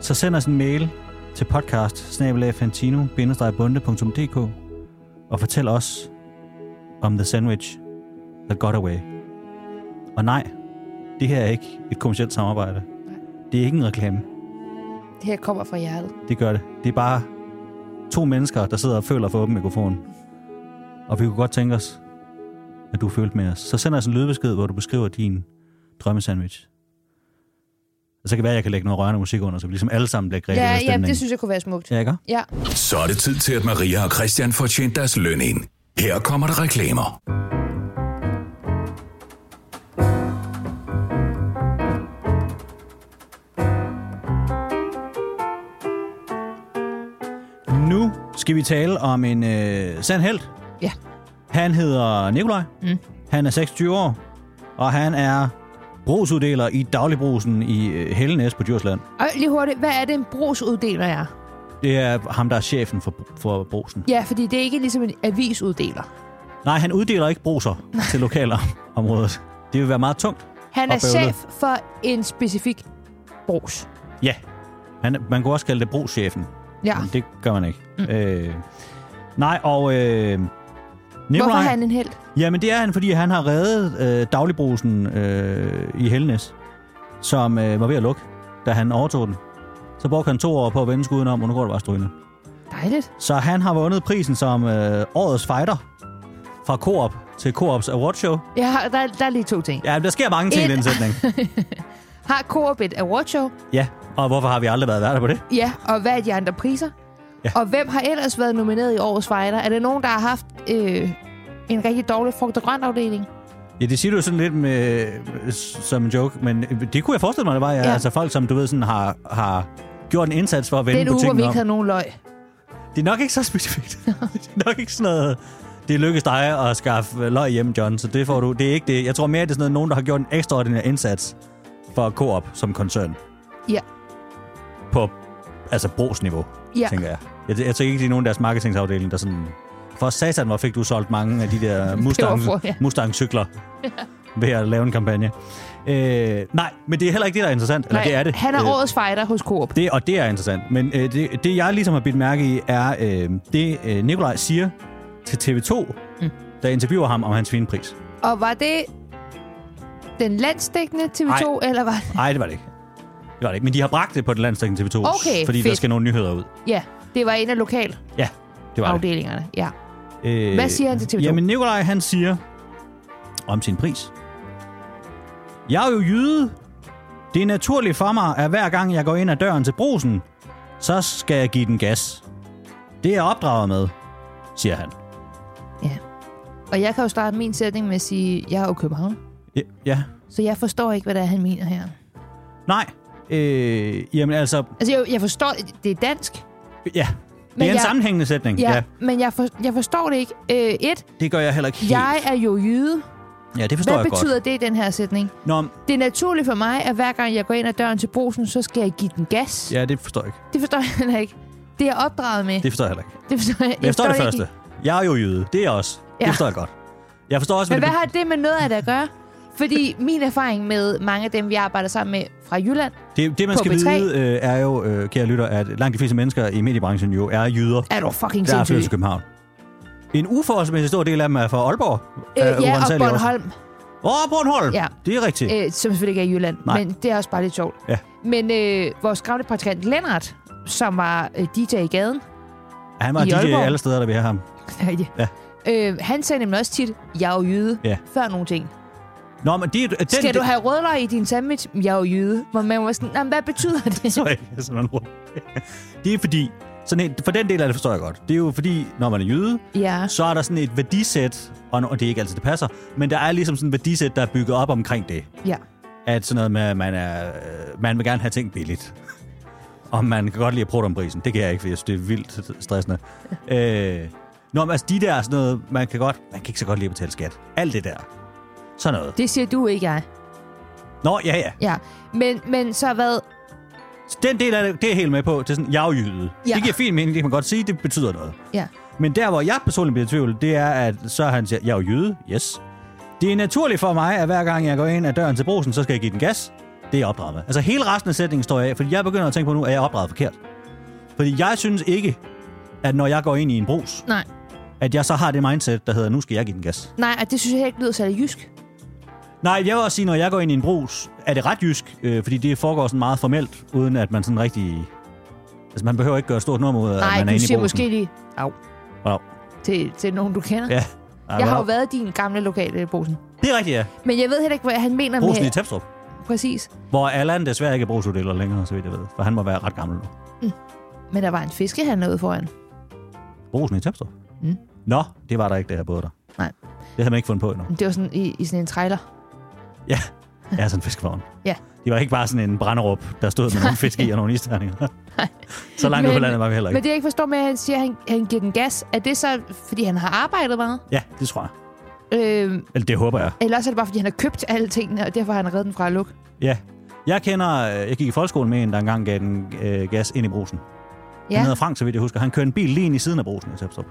B: Så send os en mail til podcast fantino-bunde.dk og fortæl os om The Sandwich That Got Away. Og nej, det her er ikke et kommersielt samarbejde. Det er ikke en reklame.
C: Det her kommer fra hjertet.
B: Det gør det. Det er bare to mennesker, der sidder og føler for åben mikrofon. Og vi kunne godt tænke os, at du følte med os. Så send os en lydbesked, hvor du beskriver din drømmesandwich. Og så kan det være, at jeg kan lægge noget rørende musik under, så vi ligesom alle sammen bliver grebet
C: Ja,
B: af
C: ja,
B: stemningen.
C: det synes jeg kunne være smukt.
B: Ja, ikke?
C: Ja.
A: Så er det tid til, at Maria og Christian får tjent deres løn ind. Her kommer der reklamer.
B: Nu skal vi tale om en øh, sand held.
C: Ja.
B: Han hedder Nikolaj. Mm. Han er 26 år, og han er brugsuddeler i dagligbrusen i øh, Hellenæs på Djursland.
C: Og lige hurtigt, hvad er det, en brugsuddeler er?
B: Det er ham, der er chefen for, for brusen.
C: Ja, fordi det er ikke ligesom en avisuddeler.
B: Nej, han uddeler ikke bruser til lokalområdet. Det vil være meget tungt.
C: Han er
B: Og bøvlet.
C: chef for en specifik brugs.
B: Ja, han, man kunne også kalde det brugschefen,
C: Ja.
B: men det gør man ikke. Mm. Øh, nej, og øh,
C: Hvorfor
B: Nikolaj...
C: er han en held?
B: Jamen, det er han, fordi han har reddet øh, dagligbrusen øh, i Helnes, som øh, var ved at lukke, da han overtog den. Så brugte han to år på at vende skuden om, og nu går det bare strygende.
C: Dejligt.
B: Så han har vundet prisen som øh, årets fighter fra Coop til Coops awardshow.
C: Ja, der, er- der er lige to ting.
B: Ja, der sker mange ting i
C: Et-
B: den
C: (laughs)
B: sætning.
C: Har Coop et awardshow?
B: Ja, og hvorfor har vi aldrig været værter på det?
C: Ja, og hvad er de andre priser?
B: Ja.
C: Ja. Og hvem har ellers været nomineret i årets fighter? Er det nogen, der har haft øh, en rigtig dårlig frugt- og grøntafdeling?
B: Ja, det siger du sådan lidt med, som en joke, men øh, det kunne jeg forestille mig, det var. Ja.
C: Ja.
B: Altså folk, som du ved, sådan har, har gjort en indsats for at
C: Det er
B: vende
C: en uge, hvor
B: butikken
C: vi
B: om.
C: ikke havde nogen løg.
B: Det er nok ikke så
C: (laughs)
B: specifikt. det er nok ikke sådan noget... Det lykkes dig at skaffe øh, løg hjem, John, så det får du. Det er ikke det. Jeg tror mere, det er sådan noget, nogen, der har gjort en ekstraordinær indsats for Coop som koncern
C: Ja.
B: på altså brugsniveau,
C: Ja.
B: tænker jeg. Jeg, jeg tænker ikke, det er nogen af deres marketingsafdeling, der sådan... For satan, hvor fik du solgt mange af de
C: (laughs)
B: der Mustang,
C: Peberfrø, ja.
B: Mustang-cykler ved at lave en kampagne. Øh, nej, men det er heller ikke det, der er interessant. Eller
C: Nej,
B: det er det.
C: Han er
B: Øh,
C: årets fighter hos Coop.
B: det, og det er interessant. Men øh, det, det, jeg ligesom har bidt mærke i, er øh, det, øh, Nikolaj siger til TV2, mm. der interviewer ham om hans vinpris.
C: Og var det den landstækkende TV2, eller var det...
B: Nej, det var det ikke. Det var det ikke. Men de har bragt det på den landstækkende TV2,
C: Okay,
B: fordi der
C: fedt.
B: skal nogle nyheder ud.
C: Ja, det var en af lokalafdelingerne.
B: Ja, det var det.
C: Ja.
B: Øh,
C: Hvad siger han til TV2?
B: Jamen, Nikolaj, han siger om sin pris. Jeg er jo jyde. Det er naturligt for mig, at hver gang jeg går ind ad døren til brusen, så skal jeg give den gas. Det er jeg opdraget med, siger han.
C: ja. Og jeg kan jo starte min sætning med at sige, jeg er jo i København,
B: Ja, ja.
C: så jeg forstår ikke, hvad det er, han mener her.
B: Nej. Øh, jamen altså,
C: Altså, jeg, jeg forstår... Det er dansk,
B: ja. Det er
C: Men
B: en
C: jeg-
B: sammenhængende sætning.
C: ja,
B: Ja.
C: ja. men jeg, for, jeg forstår det ikke. Øh, et,
B: Det gør jeg heller ikke helt.
C: jeg er jo jyde.
B: ja, det forstår
C: Hvad
B: jeg
C: betyder det i den her sætning?
B: godt. Nå, men-
C: Det er naturligt for mig, at hver gang jeg går ind ad døren til brusen, så skal jeg give den gas.
B: ja, det forstår jeg ikke.
C: Det forstår jeg heller ikke. Det er jeg opdraget med.
B: Det forstår jeg heller ikke.
C: Det forstår jeg,
B: Men jeg forstår det
C: ikke.
B: første. Jeg er jo jøde. Det er jeg også. Ja.
C: Ja.
B: Det forstår jeg godt. Jeg forstår også,
C: Men
B: hvad,
C: hvad
B: det
C: har det med noget af det at gøre? Fordi min erfaring med mange af dem, vi arbejder sammen med fra Jylland,
B: det, det, man
C: på
B: skal
C: B3?
B: vide, øh, er jo, øh, kære lytter, at langt de fleste mennesker i mediebranchen jo er jyder,
C: er du fucking
B: der er flyttet til
C: sindssyg.
B: København. En uforholdsmæssig stor del af dem er fra Aalborg. af
C: Øh, ja, og
B: uransagelige
C: Bornholm,
B: årsager. Åh, Bornholm!
C: Ja.
B: Det er rigtigt.
C: øh, som selvfølgelig ikke er i Jylland.
B: Nej.
C: Men det er også bare lidt sjovt.
B: Ja.
C: Men øh, vores gamle praktikant Lennart, som var øh, DJ i gaden, (laughs)
B: Han var
C: i
B: DJ
C: Aalborg.
B: alle steder, der vi har ham. Ja.
C: øh, han sagde nemlig også tit, jeg er jo jyde,
B: Ja.
C: før nogle ting.
B: Nå, men det, er- den,
C: Skal du have rødløg i din sandwich? Jeg er jo jyde. Hvor man var sådan, "Nå, men hvad betyder det?
B: tror jeg ikke, man bruger. Det er fordi, sådan en, for den del af det forstår jeg godt. Det er jo fordi, når man er jøde,
C: ja.
B: så er der sådan et værdisæt, og, og det er ikke altid, det passer, men der er ligesom sådan et værdisæt, der er bygget op omkring det.
C: ja.
B: At sådan noget med, at man, er, øh, man vil gerne have ting billigt. Og man kan godt lide at prøve om prisen. Det kan jeg ikke, for jeg synes, det er vildt stressende. Øh, nå, men altså de der er sådan noget, man kan godt, man kan ikke så godt lide at betale skat. Alt det der. Sådan noget.
C: Det siger du, ikke jeg.
B: Nå, ja, ja.
C: Ja. Men, men så hvad?
B: Så Den del af det, det er jeg helt med på. Det er sådan, jeg er jo jyde.
C: Ja.
B: Det giver fin mening, det kan man godt sige, det betyder noget.
C: Ja.
B: Men der, hvor jeg personligt bliver i tvivl, det er, at så er han siger, jeg er jo jøde, yes. Det er naturligt for mig, at hver gang jeg går ind ad døren til brosen, så skal jeg give den gas. Det er jeg opdraget med. Altså hele resten af sætningen står jeg af, fordi jeg begynder at tænke på nu, at jeg er opdraget forkert. Fordi jeg synes ikke, at når jeg går ind i en brus,
C: Nej.
B: at jeg så har det mindset, der hedder, nu skal jeg give den gas.
C: Nej, og det synes jeg ikke lyder særlig jysk.
B: Nej, jeg vil også sige, når jeg går ind i en brus, er det ret jysk, øh, fordi det foregår sådan meget formelt, uden at man sådan rigtig... Altså, man behøver ikke gøre et stort nummer ud af, at
C: Nej,
B: man er
C: du
B: inde i
C: siger
B: brusen.
C: måske lige au,
B: Wow.
C: til, til nogen, du kender.
B: Ja. Ej,
C: Jeg har jo
B: wow.
C: været i din gamle lokale i Bosen.
B: Det er rigtigt, ja.
C: Men jeg ved heller ikke, hvad han mener
B: Brusen i
C: med...
B: Tepstrup.
C: Præcis.
B: Hvor Allan desværre ikke er brugsuddeler længere, så vidt jeg ved. For han må være ret gammel nu.
C: Men der var en fiskehandler ude foran.
B: Brusen i Tepstrup?
C: Mm.
B: Nå, det var der ikke, da jeg boede der.
C: Nej.
B: Det havde man ikke fundet på endnu.
C: Det var sådan i, i sådan en trailer. (laughs)
B: Ja, jeg er sådan en fiskevogn.
C: Ja.
B: Det var ikke bare sådan en branderup, der stod med nogle fisk i og nogle
C: (laughs)
B: isterninger. Så langt ud på
C: Men-
B: landet var vi heller
C: Men
B: ikke.
C: det, jeg ikke forstår med, at han siger, at han, han giver den gas, er det så, fordi han har arbejdet meget?
B: Ja, det tror jeg.
C: Øh,
B: Eller det håber jeg.
C: eller også er det bare, fordi han har købt alle tingene, og derfor har han reddet den fra at lukke.
B: Ja. Jeg kender, øh, jeg gik i folkeskolen med en, der engang gav den øh, gas ind i brusen. Ja.
C: Ja,
B: Han hedder Frank, så vidt jeg husker. Han kørte en bil lige ind i siden af brusen i Tepstrup.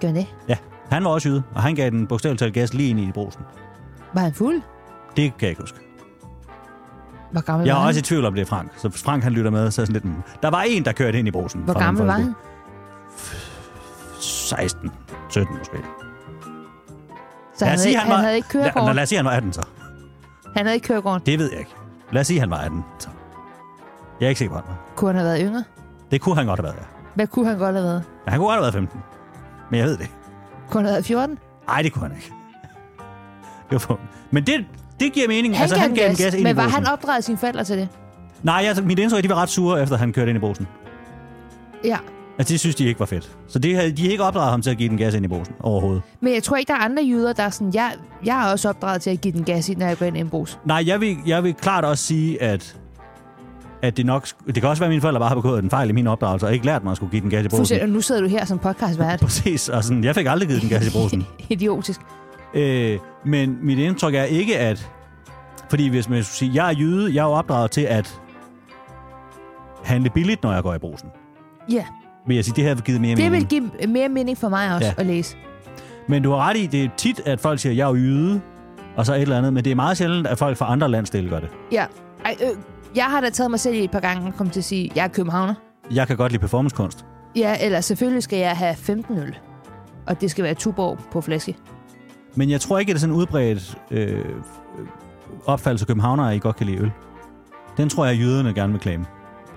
C: gør han det.
B: Ja, han var også jyde, og han gav den bogstaveligt talt gas lige ind i brusen.
C: Var han fuld?
B: Det kan jeg ikke huske.
C: Hvor gammel
B: Jeg
C: var
B: er
C: han?
B: også i tvivl om, det er Frank. Så hvis Frank han lytter med, så er sådan lidt... mm. Der var en, der kørte ind i brusen.
C: Hvor
B: fra den
C: gammel var han?
B: folkeskole. 16, 17 måske.
C: Så han, havde,
B: sige,
C: ikke- han,
B: var-
C: havde ikke
B: lad, lad,
C: kørekort.
B: lad os sige, han var 18 så.
C: Han havde ikke kørekort.
B: Det ved jeg ikke. Lad os sige, han var 18 så. Jeg er ikke sikker på, han var.
C: Kunne han have været yngre?
B: Det kunne han godt have været, ja.
C: Hvad kunne han godt have været?
B: Men han kunne godt have været 15. Men jeg ved det ikke.
C: Kunne han have været 14?
B: Nej, det kunne han ikke. Det var for... Men det, det giver mening.
C: Han,
B: altså, han gav en gas ind i
C: men var
B: brusen.
C: han opdraget af sine forældre til det?
B: Nej, altså, mit indtryk, de var ret sure, efter han kørte ind i brusen.
C: Ja.
B: Altså, det synes de ikke var fedt. Så det havde, de havde ikke opdraget ham til at give den gas ind i brusen overhovedet.
C: Men jeg tror ikke, der er andre jyder, der er sådan, jeg, jeg er også opdraget til at give den gas i, når jeg går ind i en brus.
B: Nej, jeg vil, jeg vil klart også sige, at at det nok... sk- Det kan også være, at mine forældre bare har begået en fejl i min opdragelse, og ikke lært mig at skulle give den gas i brusen.
C: Fuldstændig, og nu sidder du her som podcastvært.
B: Præcis, og sådan, jeg fik aldrig givet den gas i brusen.
C: (laughs) Idiotisk.
B: Øh, men mit indtryk er ikke, at... Fordi hvis man skulle sige, jeg er jyde, jeg er jo opdraget til at handle billigt, når jeg går i brusen.
C: Ja,
B: Vil jeg sige, det her har givet mere
C: det
B: mening.
C: vil give mere mening for mig også
B: Ja.
C: ja. at læse.
B: Men du har ret i, det er tit, at folk siger, jeg er jo jyde, og så et eller andet. Men det er meget sjældent, at folk fra andre landsdele gør det.
C: Ja. Ej, øh, jeg har da taget mig selv i et par gange og kommet til at sige, jeg er københavner.
B: Jeg kan godt lide performancekunst.
C: Ja, eller selvfølgelig skal jeg have 15 øl. Og det skal være Tuborg på flaske.
B: Men jeg tror ikke, at det er sådan en udbredt øh, opfattelse af københavnere, at I godt kan lide øl. Den tror jeg, at jyderne gerne vil klame.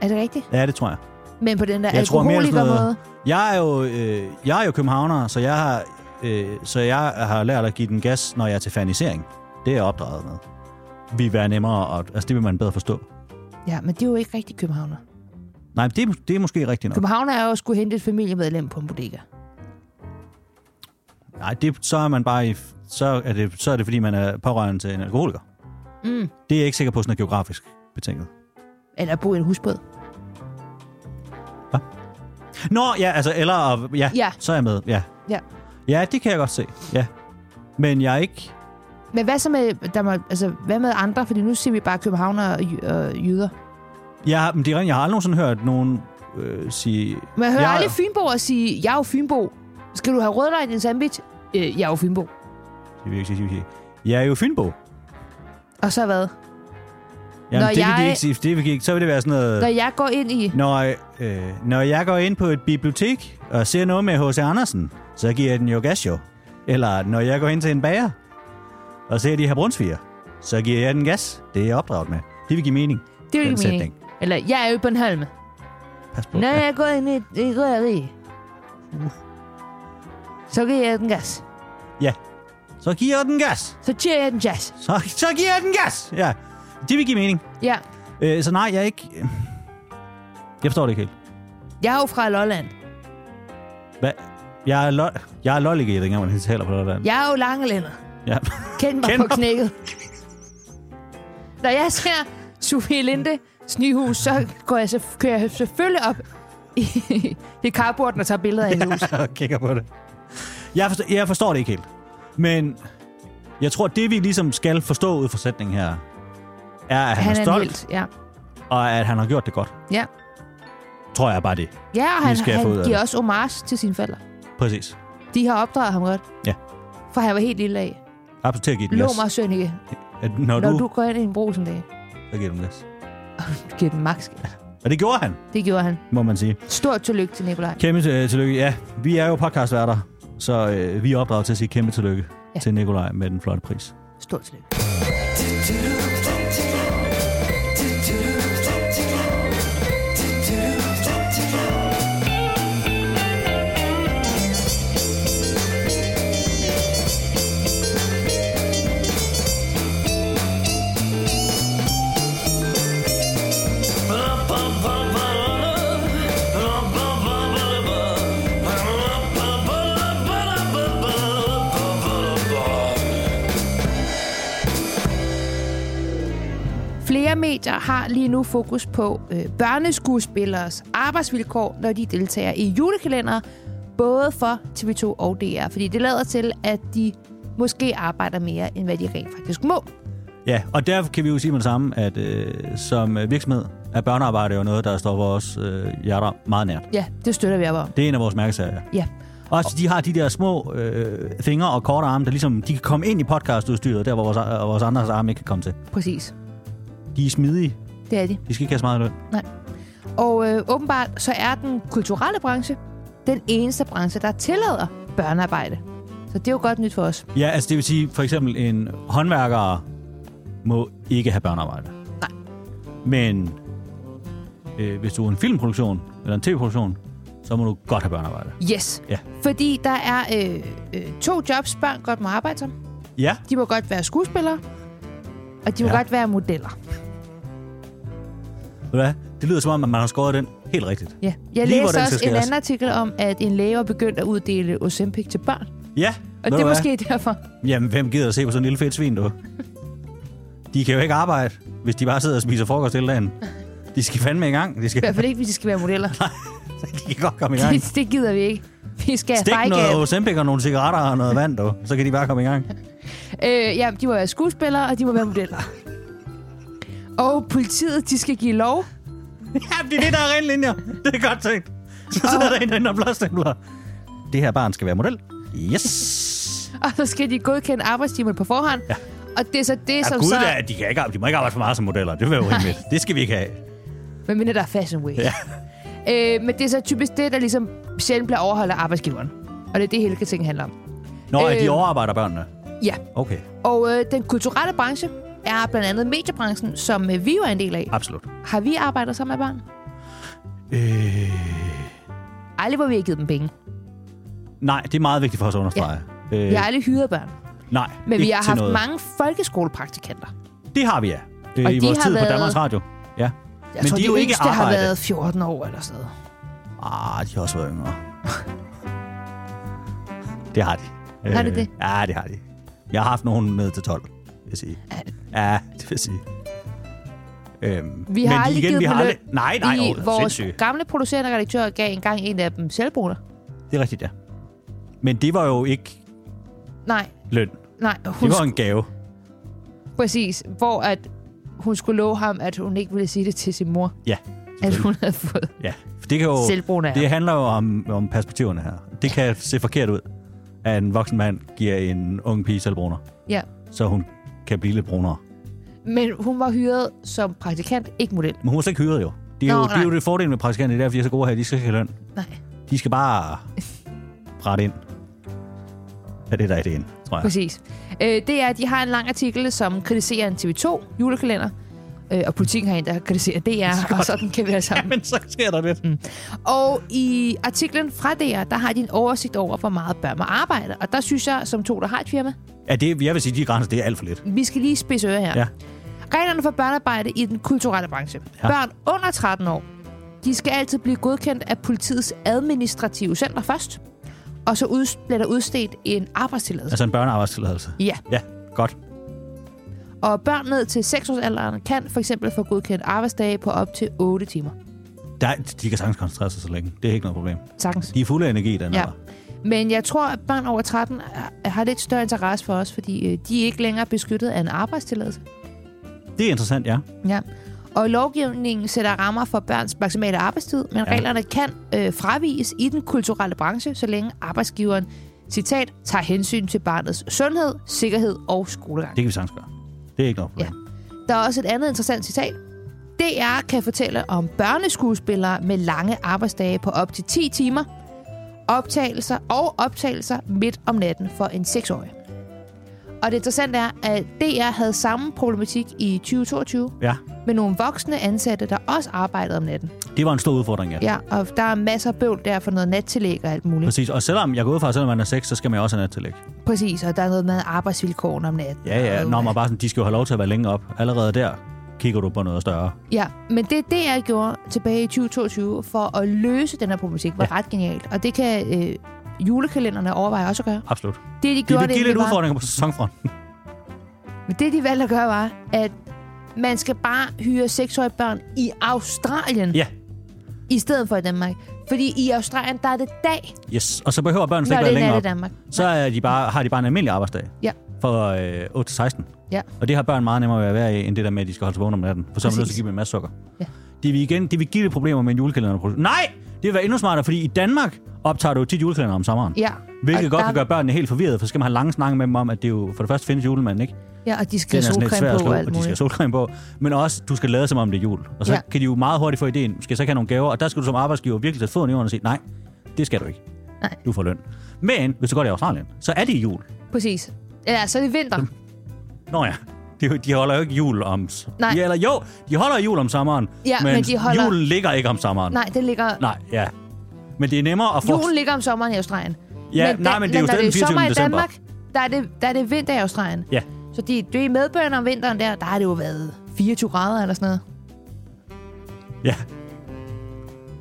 C: Er det rigtigt?
B: Ja, det tror jeg.
C: Men på den der
B: Jeg tror mere sådan
C: alkoholiker
B: noget-
C: måde.
B: Jeg er jo, øh, jeg er jo københavner, så jeg, har, øh, så jeg har lært at give den gas, når jeg er til fanisering. Det er jeg opdraget med. Vi være nemmere, og, altså det vil man bedre forstå.
C: Ja, men det er jo ikke rigtig københavner.
B: Nej, det, er- det er måske rigtigt nok.
C: Københavner er jo at skulle hente et familiemedlem på en bodega.
B: Nej, det, så er man bare i, så er, det, så er det, fordi man er pårørende til en alkoholiker.
C: Mm.
B: Det er jeg ikke sikker på, sådan er geografisk betinget.
C: Eller bo i en husbåd.
B: Nå, ja, altså, eller, og- ja, ja.
C: Ja.
B: så er jeg med, ja.
C: Ja.
B: Ja, det kan jeg godt se, ja. Men jeg er ikke...
C: Men hvad så med, der må, altså, hvad med andre? Fordi nu siger vi bare københavner og, jy- og jyder.
B: Jeg, har- men det er rigtigt, jeg har aldrig nogensinde hørt nogen øh, sige...
C: Men jeg hører
B: jeg,
C: aldrig Fynbo at sige, jeg er jo Fynbo. Skal du have rødløg i din sandwich? Øh, jeg er jo Fynbo.
B: Det vil jeg ikke sige, de vil sige. Jeg er jo Fynbo.
C: Og så hvad?
B: Jamen,
C: Når
B: det vil de
C: jeg-
B: ikke sige, for det vil de ikke, så vil det være sådan noget...
C: Når jeg går ind i...
B: Når, øh, når jeg går ind på et bibliotek og ser noget med H.C. Andersen, så giver jeg den jo gas jo. Eller når jeg går ind til en bager og ser de her brunsviger, så giver jeg den gas. Det er jeg opdraget med. Det vil give mening.
C: Det er jo
B: Den
C: ikke mening. Eller, jeg er jo på en halm.
B: Pas på.
C: Når
B: Ja.
C: jeg går ind i et røderi, så giver jeg den gas.
B: ja. Så giver jeg den gas.
C: Så cheer jeg den jazz.
B: Så, så giver jeg den gas. Ja. Det vil give mening.
C: Ja,
B: Øh, så nej, jeg er ikke... øh, Jeg forstår det ikke helt.
C: jeg er jo fra Lolland.
B: Hvad? Jeg er lol... Jeg er lol ikke, jeg ved ikke engang, hvordan de taler på Lolland.
C: Jeg er jo langelænder.
B: Ja.
C: Kend
B: Kend
C: mig Kend
B: mig.
C: på knækket. Når jeg ser Sofie Linde snihus, så går jeg, så kører jeg selvfølgelig op i, (laughs) i cardboarden og tager billeder af hende.
B: (laughs) og kigger på det. Jeg forstår, jeg forstår det ikke helt. Men jeg tror, det vi ligesom skal forstå ud fra sætningen her, er, at han,
C: Han
B: er
C: er en
B: stolt,
C: helt, ja.
B: og at han har gjort det godt.
C: Ja,
B: Tror jeg bare det.
C: ja og
B: Vi
C: han,
B: skal få ud af
C: han giver
B: det.
C: også homage til sine forældre.
B: Præcis.
C: De har opdraget ham godt.
B: Ja.
C: For han var helt lille af.
B: Absolut til at give den
C: Lov
B: gas.
C: mig, Sønneke,
B: At når,
C: når
B: du,
C: du går ind i en brug sådan dag.
B: Så giver den gas.
C: Du giver den maks. gas.
B: Og det gjorde han,
C: Det gjorde han.
B: må man sige.
C: Stort tillykke til Nikolaj.
B: Kæmpe til- tillykke. Ja, vi er jo podcastværter, så øh, vi er opdraget til at sige kæmpe tillykke ja.
C: Ja.
B: til Nikolaj med den flotte pris.
C: Stort tillykke. Flere medier har lige nu fokus på øh, børneskuespillers arbejdsvilkår, når de deltager i julekalender, både for TV2 og DR, fordi det lader til, at de måske arbejder mere, end hvad de rent faktisk må.
B: Ja, og der kan vi jo sige med det samme, at øh, som øh, virksomhed er børnearbejde jo noget, der står vores øh, hjerter meget nært.
C: Ja, det støtter vi op om.
B: Det er en af vores mærkesager.
C: Ja.
B: Også de har de der små øh, fingre og korte arme, der ligesom, de kan komme ind i podcastudstyret, der hvor vores, øh, vores andres arme ikke kan komme til.
C: Præcis.
B: De er smidige.
C: Det er de.
B: De skal ikke have så meget løn.
C: Og øh, åbenbart så er den kulturelle branche den eneste branche, der tillader børnearbejde. Så det er jo godt nyt for os.
B: Ja, altså det vil sige, for eksempel en håndværker må ikke have børnearbejde. Nej. Men øh, hvis du er en filmproduktion eller en tv-produktion, så må du godt have børnearbejde.
C: Yes.
B: Ja.
C: Fordi der er øh, øh, to jobs, børn godt må arbejde som.
B: Ja,
C: De må godt være skuespillere, og de må
B: Ja.
C: ja. godt være modeller.
B: ved du hvad? Det lyder som om, at man har skåret den helt rigtigt.
C: Ja.
B: Lige
C: Jeg Lige
B: hvordan skal
C: læste også en
B: skæres.
C: anden artikel om, at en læge var begyndt at uddele Ozempic til børn.
B: Ja,
C: Og
B: ved
C: det
B: du
C: er
B: hvad?
C: måske derfor.
B: Jamen, hvem gider at se på sådan en lille fedt svin, du? De kan jo ikke arbejde, hvis de bare sidder og spiser frokost hele dagen. De skal fandme i gang. De,
C: I (laughs)
B: skal,
C: hvert fald ikke, hvis de skal være
B: (laughs)
C: modeller.
B: de kan godt komme i gang.
C: det, det gider vi ikke. Vi skal
B: Stik
C: bare ikke...
B: noget Ozempic og nogle cigaretter og noget vand, du. Så kan de bare komme i gang.
C: Øh, ja, de må være skuespillere, og de må være modeller. Og politiet, de skal give lov.
B: Ja, det er det, der er ren linjer. Det er godt tænkt. Så sidder der en derinde og blåstempler. Det her barn skal være model. Yes.
C: Og så skal de godkende arbejdstimerne på forhånd. Ja. Og det er så det,
B: Ja,
C: som
B: gud,
C: så...
B: da, de, kan ikke, arbejde- de må ikke arbejde for meget som modeller. Det vil være urimeligt. Det skal vi ikke have.
C: Men mindre der er fashion week.
B: Ja.
C: Øh, men det er så typisk det, der ligesom sjældent bliver overholdt af arbejdsgiveren. Og det er det, hele ting handler om.
B: Nå, øh, de
C: Øh.
B: overarbejder børnene.
C: Ja,
B: Okay,
C: og øh, den kulturelle branche er blandt andet mediebranchen, som øh, vi jo er en del af.
B: absolut.
C: Har vi arbejdet sammen med børn?
B: Øh,
C: Aldrig, hvor vi har givet dem penge.
B: nej, det er meget vigtigt for os at understrege. Ja. Øh,
C: Vi har aldrig hyret børn.
B: nej,
C: Men vi
B: ikke
C: har
B: til
C: haft
B: noget.
C: mange folkeskolepraktikanter.
B: Det har vi, ja. Øh,
C: Og
B: I
C: de
B: vores
C: har
B: tid på
C: været-
B: Danmarks Radio. Ja.
C: Jeg
B: Men
C: tror,
B: de er jo
C: de
B: ikke
C: yngste har
B: arbejde.
C: været 14 år eller sådan noget.
B: Ah, de har også været yngre. (laughs) det har de. Øh,
C: Har de det?
B: Ja, det har de. Jeg har haft nogen ned til 12, vil jeg sige. Ja, det vil jeg sige. Øhm,
C: Vi har aldrig givet dem løn
B: Nej, nej,
C: I
B: åh,
C: vores
B: sindssygt.
C: gamle producerende redaktør gav engang en af dem selvbruner.
B: Det er rigtigt, ja. Men det var jo ikke
C: Nej,
B: løn.
C: nej.
B: Det
C: Hun
B: var en gave.
C: Præcis, hvor at hun skulle love ham, at hun ikke ville sige det til sin mor,
B: Ja,
C: at hun havde fået
B: ja. For det kan jo,
C: oh, selvbrugende af
B: det
C: ham.
B: handler jo om, om perspektiverne her. Det kan se forkert ud, at en voksen mand giver en ung pige selvbruner,
C: Ja.
B: så hun kan blive lidt brunere.
C: Men hun var hyret som praktikant, ikke model.
B: Men hun er slet ikke hyret jo. Det er,
C: Nå,
B: jo, det er jo
C: nej.
B: det fordel med praktikanter, det er, fordi de er så gode her, de skal ikke have løn.
C: Nej,
B: De skal bare rette ind. Ja, det er der er ideen, tror jeg.
C: præcis. Øh, det er, at de har en lang artikel, som kritiserer en TV2 julekalender, øh, og politikken har en, der kritiserer DR, og sådan kan vi være sammen.
B: Men så sker der lidt. Mm.
C: Og i artiklen fra DR, der har de en oversigt over, hvor meget børn må arbejde. Og der synes jeg, som to, der har et firma,
B: Ja, det, jeg vil sige, de grænser, det er alt for lidt.
C: vi skal lige spidse ører her.
B: Ja.
C: Reglerne for børnearbejde i den kulturelle branche.
B: Ja.
C: Ja. Børn under 13 år, de skal altid blive godkendt af politiets administrative center først, og så ud, bliver der udstedt en arbejdstilladelse.
B: Altså en børnearbejdstilladelse.
C: Ja,
B: Ja, godt.
C: og børn ned til 6-årsalderen kan for eksempel få godkendt arbejdsdage på op til 8 timer.
B: Der, er- de kan sagtens koncentrere sig så længe. Det er ikke noget problem.
C: Sagtens.
B: De er fulde af energi, den
C: Ja.
B: her.
C: Men jeg tror, at børn over 13 er- har lidt større interesse for os, fordi øh, de er ikke længere beskyttet af en arbejdstilladelse.
B: Det er interessant, ja.
C: Ja. Og lovgivningen sætter rammer for børns maksimale arbejdstid, men
B: Ja.
C: ja. reglerne kan øh, fraviges i den kulturelle branche, så længe arbejdsgiveren, citat, tager hensyn til barnets sundhed, sikkerhed og skolegang.
B: Det kan vi sagtens gøre. Det er ikke noget problem.
C: Der er også et andet interessant citat. DR kan fortælle om børneskuespillere med lange arbejdsdage på op til 10 timer, optagelser og optagelser midt om natten for en 6-årig. Og det interessante er, at DR havde samme problematik i 2022
B: Ja,
C: med nogle voksne ansatte, der også arbejdede om natten.
B: det var en stor udfordring, ja.
C: Ja, og der er masser af bøvl der for noget nattillæg og alt muligt.
B: Præcis, og selvom jeg går ud fra, at selvom man er sex, så skal man jo også have nattillæg.
C: Præcis, og der er noget med arbejdsvilkårene om natten.
B: Ja, ja,
C: Og-
B: når man bare sådan, de skal jo have lov til at være længe op. Allerede der kigger du på noget større.
C: Ja, men det DR gjorde tilbage i 2022 for at løse den her problematik var ja. ret genialt. Og det kan øh, julekalenderne overveje også at gøre.
B: Absolut.
C: Det, de
B: De
C: gjorde,
B: vil give lidt
C: egentlig var,
B: udfordringer på
C: (laughs)
B: sæsonfronten.
C: men det, de valgte at gøre, var, at man skal bare hyre seksårige børn i Australien,
B: Ja,
C: i stedet for i Danmark. Fordi i Australien, der er det dag,
B: yes. Og så behøver børnene slet
C: når
B: ikke
C: det
B: være
C: er
B: længere
C: nat i
B: op.
C: Danmark.
B: Så er de bare, har de bare en almindelig arbejdsdag.
C: Ja.
B: For øh, 8 til 16.
C: Ja.
B: Og det har børn meget nemmere ved at være i, end det der med, at de skal holde sig vågne om natten. For så er man nødt til
C: Præcis.
B: at give dem en masse sukker.
C: Ja.
B: Det vil igen, det vil give det problemer med en julekalender. Nej! Det vil være endnu smartere, fordi i Danmark optager du jo tit julekalender om sommeren.
C: Ja.
B: Hvilket
C: og
B: godt
C: der,
B: kan gøre børnene helt forvirrede, for så skal man have lange snakke med dem om, at det jo for det første findes julemanden, ikke?
C: Ja, og de
B: Den
C: skal
B: er sådan lidt svær at
C: solcreme på
B: slå,
C: og
B: og
C: alt
B: de skal have
C: muligt.
B: solcreme på. Men også, du skal lade som om det er jul. Og så
C: Ja.
B: ja. kan de jo meget hurtigt få ideen, skal jeg så ikke have nogle gaver? Og der skal du som arbejdsgiver virkelig tage foden i jorden og sige, nej, det skal du ikke.
C: Nej.
B: Du får løn. Men hvis du går til Australien, så er det jul.
C: Præcis. Ja, så er det vinter.
B: Nå ja, de, de holder jo ikke jul om... s-
C: Nej.
B: Ja, eller jo, de holder jul om sommeren,
C: Ja, men de holder-
B: julen ligger ikke om sommeren.
C: Nej, det ligger...
B: Nej, ja. Men det er nemmere at få...
C: Julen ligger om sommeren i Australien.
B: Ja, nej,
C: da-
B: men det er jo
C: når
B: stadig den 24.
C: sommer i
B: december.
C: Danmark, der er, det, der er det vinter i Australien.
B: Ja.
C: Så de, det er medbørn om vinteren der, der har det jo været 24 grader eller sådan noget.
B: Ja,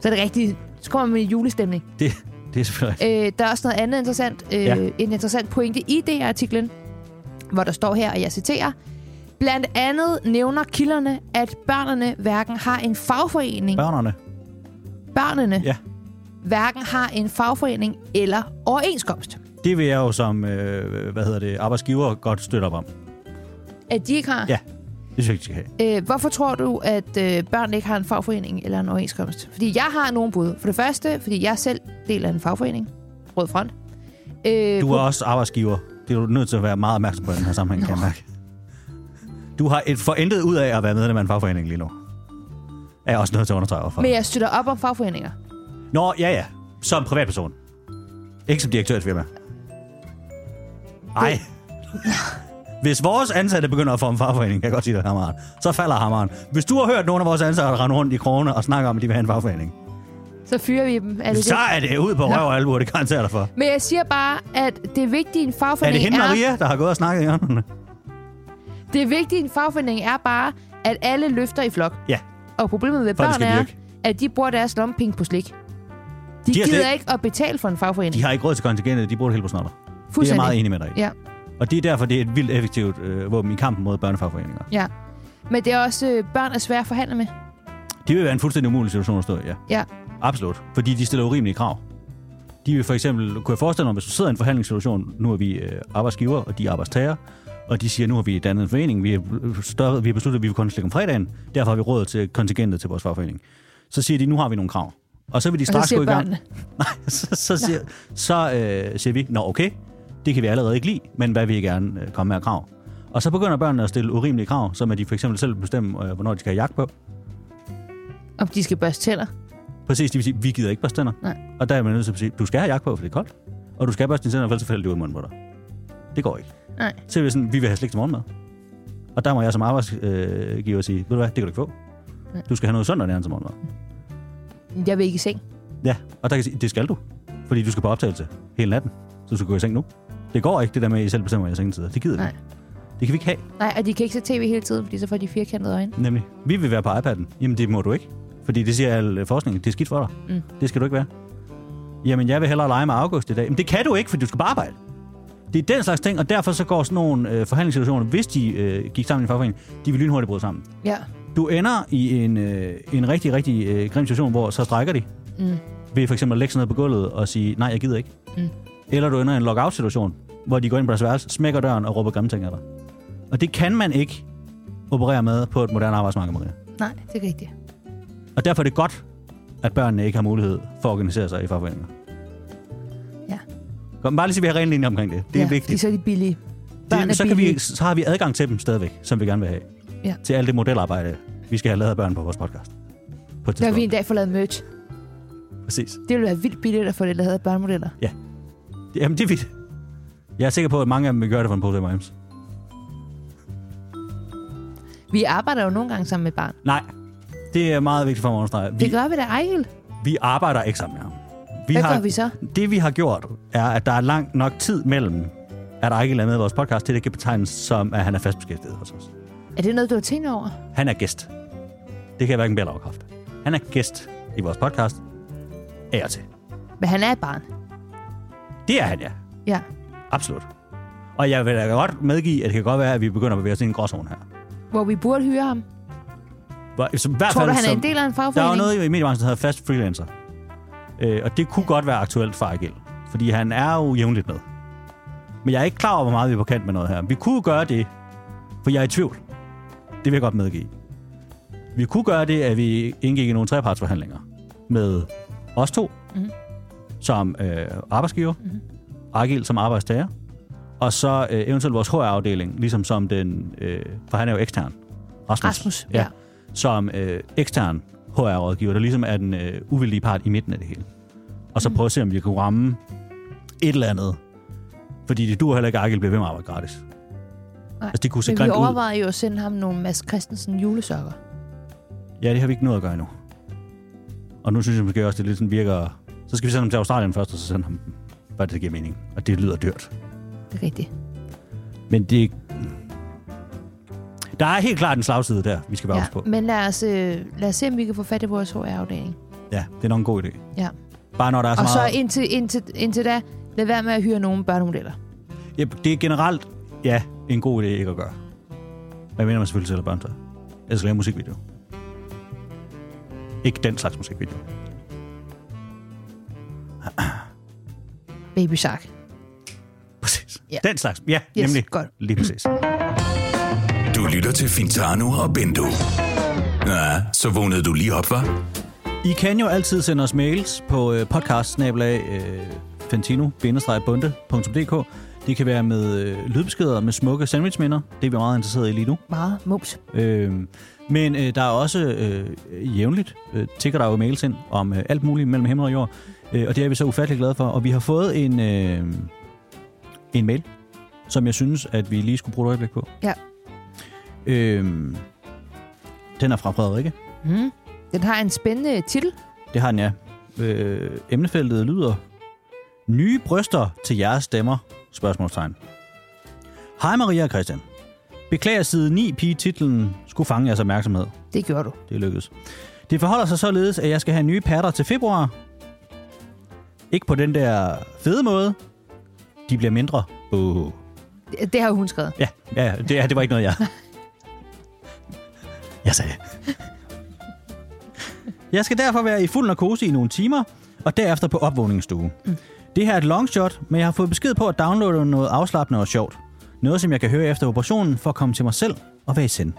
C: Så er det rigtigt. Så kommer man med julestemning.
B: det, det er selvfølgelig...
C: Øh, der er også noget andet interessant. Øh,
B: Ja.
C: En interessant pointe i DR-artiklen, hvor der står her, og jeg citerer. Blandt andet nævner kilderne, at børnene hverken har en fagforening,
B: Børnerne.
C: børnene
B: Ja.
C: hverken har en fagforening eller overenskomst.
B: Det vil jeg jo som, øh, hvad hedder det, arbejdsgiver godt støtte op om.
C: At de ikke har.
B: Ja, det synes jeg, de skal have.
C: Øh, hvorfor tror du, at øh, børn ikke har en fagforening eller en overenskomst? Fordi jeg har nogle bud. For det første, fordi jeg selv deler en fagforening. Rød Front. Øh,
B: Du
C: på-
B: er også arbejdsgiver. Det er du nødt til at være meget opmærksom på i den her sammenhæng, kan jeg mærke. Du har et forentet ud af at være medlem af en fagforening lige nu. Er jeg også nødt til at understrege overfor.
C: Men jeg støtter op om fagforeninger.
B: Nå, ja, ja. Som privatperson. Ikke som direktør i et firma. Ej. (laughs) Hvis vores ansatte begynder at få en fagforening, kan jeg godt sige dig, hammeren, så falder hammeren. Hvis du har hørt nogen af vores ansatte rende rundt i krogene og snakke om, at de vil have en fagforening,
C: Så fyrer vi dem. Er det
B: så
C: det?
B: er det ud på røv og alvor, det garanterer jeg dig for.
C: Men jeg siger bare, at det vigtige i en
B: Er det
C: fagforening
B: hende,
C: er...
B: Maria, der har gået og snakket i hjørnerne?
C: Det vigtige i en fagforening er bare, at alle løfter i flok.
B: Ja.
C: Og problemet ved
B: For at det
C: børn
B: skal
C: er,
B: virke.
C: at de bruger deres lommepenge på slik. De,
B: De har
C: gider
B: slet-
C: ikke at betale for en fagforening.
B: De har ikke råd til kontingentet, de bruger det helt på snotter. Det er jeg
C: Fuldstændig.
B: meget enig med dig i.
C: Ja,
B: Og det er derfor, det er et vildt effektivt øh, våben i kampen mod børnefagforeninger.
C: ja. Men det er også... Øh, børn er svære at forhandle med.
B: Det vil være en fuldstændig umulig situation at stå i, ja.
C: Ja.
B: Absolut. Fordi de stiller urimelige krav. De vil for eksempel, kunne jeg forestille mig, hvis du sidder i en forhandlingssituation, nu er vi øh, arbejdsgiver, og de er arbejdstager, og de siger, nu har vi dannet en forening, vi har, større, vi har besluttet, at vi vil kun slikke om fredagen, derfor har vi råd til kontingentet til vores fagforening. Så siger de, nu har vi nogle krav. Og så vil de
C: Og så
B: straks gå
C: siger
B: i gang.
C: børnene,
B: Nej, så, så, siger, så øh, siger vi, nå okay, det kan vi allerede ikke lide, men hvad vil I gerne øh, komme med af krav? Og så begynder børnene at stille urimelige krav, som at de for eksempel selv bestemmer, øh, hvornår de skal have jagt på.
C: om de skal børste tænder.
B: Præcis, det vil sige, vi gider ikke børste tænder.
C: Nej.
B: Og der er man nødt til at sige, du skal have jagt på, for det er koldt. Og du skal børste dine tænder, for ellers falder det ud i munden på dig. Det går ikke.
C: Nej.
B: Så er vi sådan, vi vil have slik til morgenmad. Og der må jeg som arbejdsgiver sige, ved du hvad, det kan du ikke få.
C: Nej.
B: Du skal have noget sundt og nærende til morgenmad.
C: Jeg vil ikke i seng.
B: Ja, og der kan jeg sige, det skal du. Fordi du skal på optagelse hele natten. Så du skal gå i seng nu. Det går ikke, det der med, at I selv bestemmer jeres sengetider. Det gider vi
C: Nej.
B: ikke. Det kan vi ikke have,
C: Nej, og de kan ikke se tv hele tiden, fordi så får de firkantede øjne.
B: nemlig. Vi vil være på iPad'en. Jamen, det må du ikke. Fordi det siger al øh, forskning, det er skidt for dig.
C: Mm.
B: Det skal du ikke være. Jamen, jeg vil hellere lege med August i dag. Men det kan du ikke, fordi du skal bare arbejde. Det er den slags ting, og derfor så går sådan nogle øh, forhandlingssituationer, hvis de øh, gik sammen i en fagforening, de vil lynhurtigt bryde sammen.
C: Ja.
B: Du ender i en, øh, en rigtig, rigtig øh, grim situation, hvor så strækker de.
C: Mm.
B: Ved for eksempel at lægge sig ned på gulvet og sige, nej, jeg gider ikke.
C: Mm.
B: Eller du ender i en lockout-situation, hvor de går ind på deres værelse, smækker døren og råber grimme ting af dig. Og det kan man ikke operere med på et moderne arbejdsmarked, Maria.
C: Nej, det er rigtigt.
B: Og derfor er det godt, at børnene ikke har mulighed for at organisere sig i fagforeninger.
C: Ja.
B: Kom, bare lige så vi har ren linje omkring det. Det er
C: ja,
B: ja,
C: fordi
B: vigtigt.
C: så er de billige. Børn
B: Det,
C: er
B: så, kan
C: billige.
B: vi, så har vi adgang til dem stadigvæk, som vi gerne vil have.
C: Ja.
B: Til alt det modelarbejde, Vi skal have lavet børn på vores podcast. På et
C: Når vi
B: tidspunkt.
C: en dag får lavet merch.
B: Præcis.
C: Det vil være vildt billigt at få det lavet af børnemodeller.
B: Jamen, det er vildt. Jeg er sikker på, at mange af dem vil gøre det for en pose M&M's.
C: Vi arbejder jo nogle gange sammen med et barn.
B: Nej, det er meget vigtigt for mig at understrege.
C: Det
B: Vi,
C: gør vi da, Ejl.
B: vi arbejder ikke sammen med ham. Vi
C: Hvad gør vi så?
B: Det, vi har gjort, er, at der er langt nok tid mellem, at der ikke er med i vores podcast, til det kan betegnes som, at han er fast beskæftiget hos os.
C: Er det noget, du har tænkt over?
B: Han er gæst. Det kan jeg hverken bede eller afkræfte. Han er gæst i vores podcast. Af og til.
C: Men han er et barn.
B: Det er han, ja.
C: Ja.
B: Absolut. Og jeg vil da godt medgive, at det kan godt være, at vi begynder at bevæge os ind i en gråzone her.
C: Hvor vi burde hyre ham.
B: Hvor- Så i hvert
C: Tror
B: fald,
C: du, han er
B: altså, som-
C: en del af en
B: Der er jo
C: fagforening?
B: noget i mediebranchen, der hedder fast freelancer. Øh, og det kunne godt være aktuelt for Agil. Fordi han er jo jævnligt med. Men jeg er ikke klar over, hvor meget vi er på kant med noget her. Vi kunne gøre det, for jeg er i tvivl. Det vil jeg godt medgive. Vi kunne gøre det, at vi indgik i nogle trepartsforhandlinger med os to, mm.
C: Mhm.
B: som øh, arbejdsgiver, mm. Agil som arbejdstager, og så øh, eventuelt vores HR-afdeling, ligesom som den, øh, for han er jo ekstern. Rasmus.
C: Rasmus, ja.
B: Som øh, ekstern HR-rådgiver, der ligesom er den øh, uvildige part i midten af det hele. Og
C: Mm.
B: så prøve at se, om vi kan ramme et eller andet. Fordi det duer heller ikke, at Agil bliver ved med at arbejde gratis.
C: Nej,
B: Altså, det kunne se
C: Men vi
B: grimt ud.
C: overvejede jo at sende ham nogle Mads Christensen julesokker.
B: Ja, det har vi ikke nået at gøre endnu. Og nu synes jeg måske også, det lidt sådan virker... Så skal vi sende ham til Australien først, og så sende ham... Bare det giver mening. Og det lyder dyrt.
C: Det er rigtigt.
B: Men det... Der er helt klart en slagside der, vi skal være
C: Ja.
B: ja, på.
C: Men lad os, øh, lad os se, om vi kan få fat i vores HR-afdeling.
B: Ja, det er nok en god idé.
C: Ja.
B: Bare når der er så
C: Og så
B: meget...
C: indtil, indtil, indtil da, lad være med at hyre nogle børnemodeller.
B: Ja, det er generelt, ja, en god idé ikke at gøre. Hvad mener man selvfølgelig sælger børn til? Jeg skal lave en musikvideo. Ikke den slags musikvideo.
C: Baby Shark.
B: Præcis.
C: Ja.
B: Ja. Den slags, ja,
C: Yes,
B: nemlig.
C: godt.
B: Lige præcis.
A: Du lytter til Fintano og Bendo. Ja, så vågnede du lige op, var?
B: I kan jo altid sende os mails på øh, podcast øh, fantino-bunde.dk. Det kan være med øh, lydbeskeder med smukke sandwichminder. Det er vi meget interesserede i lige nu.
C: Meget mums.
B: Øh, men øh, der er også øh, jævnligt, øh, tigger der jo mails ind om øh, alt muligt mellem himmel og jord. Øh, og det er vi så ufattelig glade for. Og vi har fået en, øh, en mail, som jeg synes, at vi lige skulle bruge et øjeblik på.
C: Ja.
B: Øh, den er fra Frederikke.
C: Mm. Den har en spændende titel.
B: Det har den, ja. Øh, emnefeltet lyder... Nye bryster til jeres stemmer? Spørgsmålstegn. Hej Maria og Christian. Beklager side 9 pige-titlen skulle fange jeres opmærksomhed.
C: Det gjorde du.
B: Det er lykkedes. Det forholder sig således, at jeg skal have nye patter til februar. Ikke på den der fede måde. De bliver mindre. Uh.
C: Det, det har hun skrevet.
B: Ja, ja det, ja, det var ikke noget, jeg... Jeg sagde. Jeg skal derfor være i fuld narkose i nogle timer, og derefter på opvågningsstue. Det her er et longshot, men jeg har fået besked på at downloade noget afslappende og sjovt. Noget, som jeg kan høre efter operationen for at komme til mig selv og være i sind.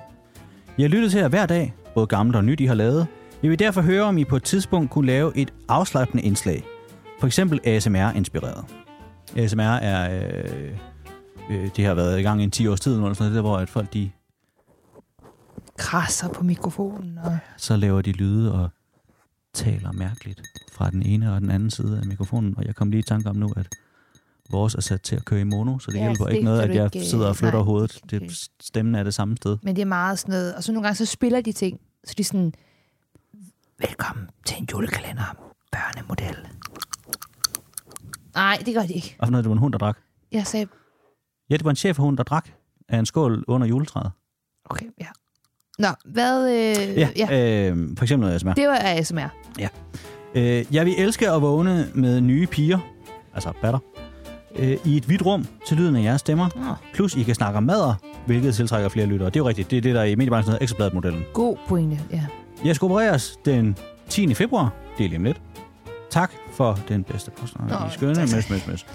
B: Jeg lytter til jer hver dag, både gammelt og nyt, I har lavet. Jeg vil derfor høre, om I på et tidspunkt kunne lave et afslappende indslag. For eksempel ASMR-inspireret. ASMR er... Øh, øh, det har været i gang i en 10 års tid, eller sådan noget, der, hvor at folk de,
C: Krasser på mikrofonen. Og...
B: så laver de lyde og taler mærkeligt fra den ene og den anden side af mikrofonen. Og jeg kom lige i tanke om nu, at vores er sat til at køre i mono, så det
C: Ja,
B: ja, hjælper
C: så det
B: ikke noget,
C: kan
B: at
C: du
B: jeg
C: ikke, øh,
B: sidder og flytter
C: nej,
B: hovedet.
C: det kan du
B: Det, stemmen er det samme sted.
C: Men det er meget sådan noget. Og så nogle gange, så spiller de ting. Så de er sådan, velkommen til en julekalender om børnemodel. Nej, det gør de ikke.
B: Og for noget, det var en hund, der drak.
C: Jeg sagde,
B: Ja, det var en chefhund, der drak af en skål under juletræet.
C: okay, ja. Nå, hvad... Øh,
B: Ja,
C: ja, ja.
B: ja. Øh, for eksempel noget ASMR.
C: Det var ASMR.
B: Øh, jeg vil elske at vågne med nye piger, altså batter, øh, i et hvidt rum til lyden af jeres stemmer.
C: Nå,
B: Plus, I kan snakke om madder, hvilket tiltrækker flere lyttere. Det er jo rigtigt. Det er det, der i mediebranchen hedder Ekstrabladet-modellen.
C: god pointe, ja.
B: Jeg skal opereres den 10. februar. Det er lige om lidt. Tak for den bedste post. Nå, I er skønne.
C: tak.
B: Møs, møs, møs.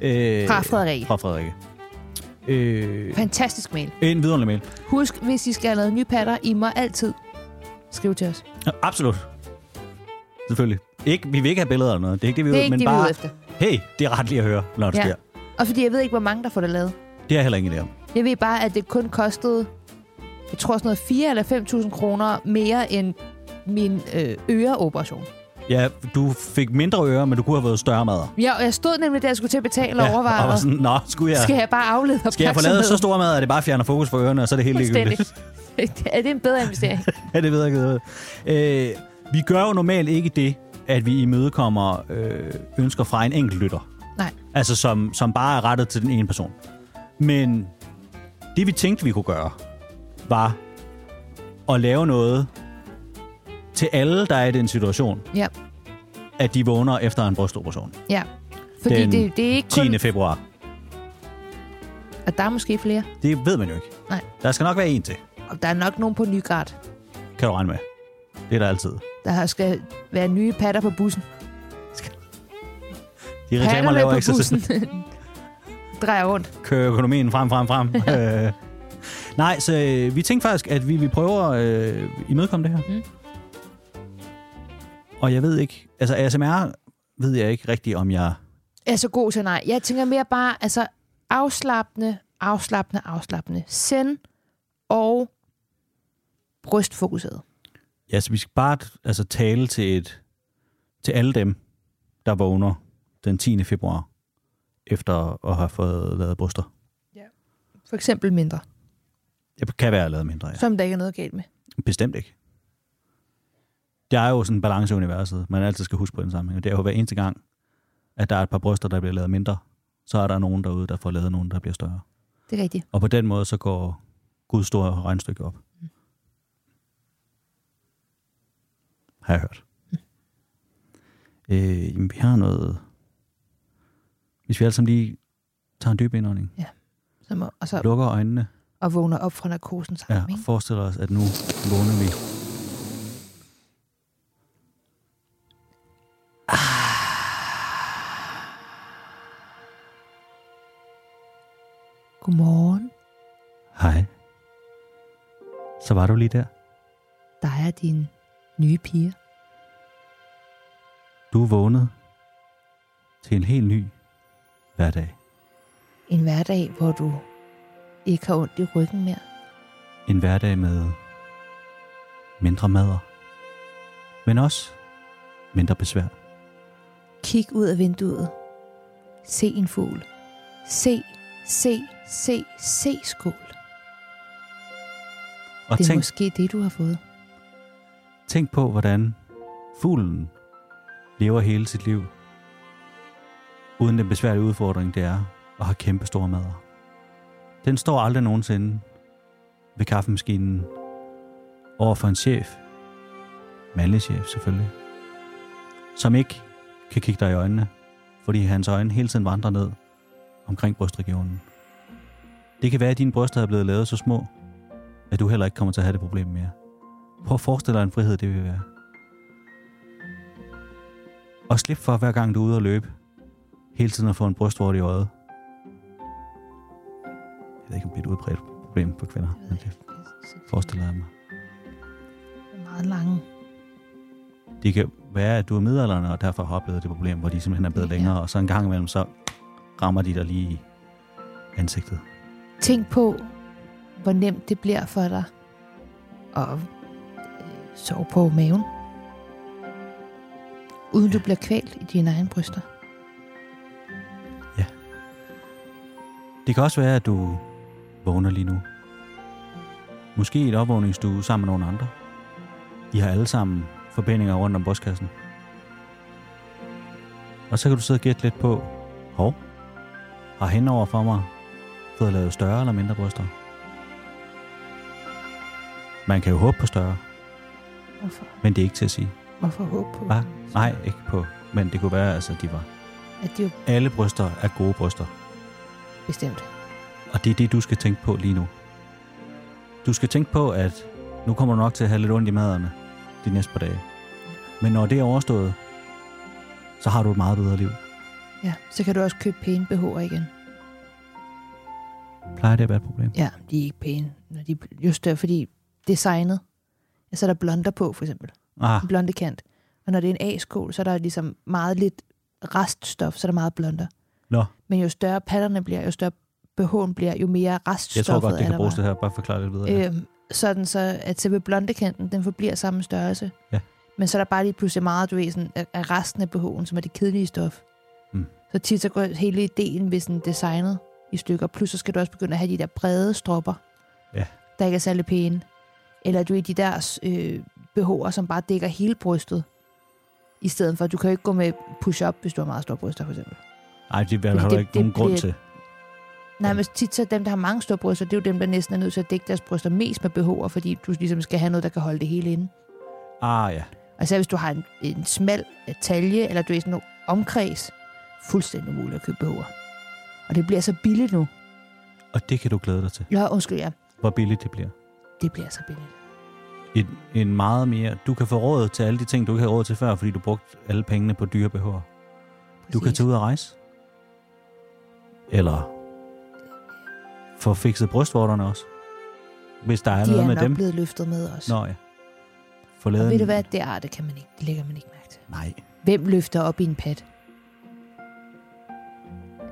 B: Øh,
C: Fra Frederik.
B: Fra Frederik. Øh,
C: Fantastisk mail.
B: en vidunderlig mail.
C: Husk, hvis I skal have lavet nye patter, I må altid skrive til os. Det
B: Ja, absolut. Selvfølgelig. Ikke, vi vil ikke have billeder eller noget. Det er ikke det, vi
C: er
B: vil,
C: ikke
B: men
C: det, vi er
B: bare,
C: ude efter.
B: hey, det er ret lige at høre, når det
C: Ja.
B: ja. sker.
C: Og fordi jeg ved ikke, hvor mange, der får det lavet.
B: Det er jeg heller ingen idé om.
C: Jeg ved bare, at det kun kostede jeg tror sådan noget 4 eller 5.000 kroner mere end min øh, øreoperation.
B: Ja, du fik mindre ører, men du kunne have været større madder.
C: Jeg, jeg stod nemlig, da jeg skulle til at betale og
B: og var
C: overvejede,
B: sådan, nå, skulle jeg,
C: skal jeg bare aflede
B: skal jeg få lavet så
C: opmærksomheden?"
B: stor mad, at det bare fjerner fokus for ørerne, og så er det helt
C: Fuldstændig. (laughs)
B: ligegyldigt.
C: er det en bedre
B: (laughs)
C: investering?
B: ja, det ved jeg ikke. Øh, vi gør jo normalt ikke det, at vi imødekommer øh, ønsker fra en enkelt lytter.
C: Nej.
B: Altså som, som bare er rettet til den ene person. Men det vi tænkte, vi kunne gøre, var at lave noget til alle, der er i den situation,
C: Ja,
B: at de vågner efter en brystoperation.
C: ja. Fordi
B: Den
C: det, det er ikke kun...
B: 10. februar.
C: Og der er måske flere.
B: Det ved man jo ikke.
C: Nej.
B: Der skal nok være en til,
C: Og der er nok nogen på Nygaard,
B: kan du regne med. Det er der altid.
C: der skal være nye patter på bussen.
B: De reklamer
C: Patterne
B: laver
C: på
B: ikke sig selv.
C: bussen (laughs) drejer rundt.
B: kører økonomien frem, frem, frem. øh, nej, så øh, vi tænkte faktisk, at vi vi prøver at øh, imødekomme det her. Mm.
C: Mm.
B: Og jeg ved ikke, altså ASMR ved jeg ikke rigtigt, om jeg...
C: er så god til nej. Jeg tænker mere bare, altså afslappende, afslappende, afslappende. Send og brystfokuseret.
B: Ja, så vi skal bare altså, tale til, et, til alle dem, der vågner den 10. februar, efter at have fået lavet bryster.
C: For eksempel mindre,
B: Jeg kan være lavet mindre, ja.
C: ja. som der ikke er noget galt med.
B: Bestemt ikke. Der er jo sådan en balance i universet, man altid skal huske på i den sammenhæng. Og det er jo hver eneste gang, at der er et par bryster, der bliver lavet mindre, så er der nogen derude, der får lavet nogen, der bliver større.
C: Det er rigtigt.
B: Og på den måde, så går Guds store regnstykke op. Har jeg hørt. Øh, jamen, vi har noget... Hvis vi alle sammen lige tager en dyb indånding,
C: Som, at- og, så,
B: lukker øjnene,
C: og vågner op fra narkosen
B: Ja,
C: sammen.
B: og
C: Ja.
B: forestiller os, at nu vågner vi.
C: Godmorgen,
B: Hej. Så var du lige der.
C: der er din nye piger.
B: Du er vågnet til en helt ny hverdag.
C: En hverdag, hvor du ikke har ondt i ryggen mere.
B: En hverdag med mindre mader, men også mindre besvær.
C: Kig ud af vinduet. Se en fugl. Se, se, se, se skål.
B: Og
C: Det er
B: tænk,
C: måske det, du har fået.
B: tænk på, hvordan fuglen lever hele sit liv, uden den besværlige udfordring, det er at have kæmpe store mader. Den står aldrig nogensinde ved kaffemaskinen over for en chef, mandlig chef selvfølgelig, som ikke kan kigge dig i øjnene, fordi hans øjne hele tiden vandrer ned omkring brystregionen. Det kan være, at dine bryster er blevet lavet så små, at du heller ikke kommer til at have det problem mere. Prøv at forestille dig en frihed, det vil være. Og slip for, hver gang du er ude og løbe, hele tiden at få en brystvort i øjet. Jeg ved ikke, om det er et udbredt problem for kvinder, men det forestiller jeg mig.
C: Meget lange.
B: Det kan være, at du er midalderne, og derfor har oplevet det problem, hvor de simpelthen er blevet
C: Ja.
B: længere, og så en gang imellem, så rammer de dig lige i ansigtet.
C: Tænk på, hvor nemt det bliver for dig at øh, sove på maven. Uden du bliver kvalt i dine egne bryster.
B: Det kan også være, at du vågner lige nu. Måske i et opvågningsstue sammen med nogle andre. I har alle sammen forbindinger rundt om brystkassen. Og så kan du sidde og gætte lidt på, hov, har henover for mig fået lavet større eller mindre bryster? Man kan jo håbe på større,
C: Hvorfor,
B: men det er ikke til at sige.
C: hvorfor håbe på,
B: Hva? Nej, ikke på. Men det kunne være, altså, de var.
C: at det er jo
B: Alle bryster er gode bryster.
C: bestemt.
B: Og det er det, du skal tænke på lige nu. Du skal tænke på, at nu kommer du nok til at have lidt ondt i maderne de næste par dage. Men når det er overstået, så har du et meget bedre liv.
C: Ja, så kan du også købe pæne BH'er igen.
B: Plejer det at være et problem?
C: Ja, de er ikke pæne. Når de, just der, fordi designet. Ja, så er der blonder på, for eksempel.
B: Ah,
C: En blonde kant. Og når det er en A-skål, så er der ligesom meget lidt reststof, så er der meget blonder.
B: nå.
C: Men jo større patterne bliver, jo større BH'en bliver, jo mere reststoffet
B: Jeg tror godt, det
C: er
B: kan
C: der
B: bruges
C: bare.
B: det her. Bare forklare lidt videre. Øh.
C: Øhm, sådan så at selve blondekanten, den forbliver samme størrelse.
B: Ja.
C: Men så er der bare lige pludselig meget, du ved, sådan, af af resten af BH'en, som er det kedelige stof.
B: Mm.
C: Så tit så går hele ideen ved sådan designet i stykker. Plus så skal du også begynde at have de der brede stropper,
B: Ja.
C: der ikke er særlig pæne. Eller du ved, de der øh, BH'er, som bare dækker hele brystet. I stedet for, du kan jo ikke gå med push-up, hvis du har meget store bryster, for eksempel.
B: Nej, det er der
C: Fordi
B: heller
C: det-
B: ikke
C: det
B: nogen grund
C: bliver-
B: til.
C: Nej, men tit så dem, der har mange store bryster, det er jo dem, der næsten er nødt til at dække deres bryster mest med BH'er, fordi du ligesom skal have noget, der kan holde det hele inde.
B: Ah ja.
C: Og så hvis du har en, en smal øh, talje, eller du er i sådan nogle omkreds, fuldstændig umuligt at købe BH'er. Og det bliver så billigt nu.
B: Og det kan du glæde dig til.
C: Ja, undskyld, ja.
B: Hvor billigt det bliver.
C: Det bliver så billigt.
B: En, en meget mere... Du kan få råd til alle de ting, du ikke havde råd til før, fordi du brugte alle pengene på dyre behov. Du kan
C: Præcis.
B: tage ud og rejse. Eller få fikset brystvorterne også. Hvis der er
C: De
B: noget
C: er
B: med
C: nok
B: dem.
C: blevet løftet med os.
B: Nå ja. Få
C: og
B: lavet
C: ved
B: en-
C: du hvad, det, er, det kan man ikke. Det lægger man ikke mærke til.
B: Nej.
C: Hvem løfter op i en pat?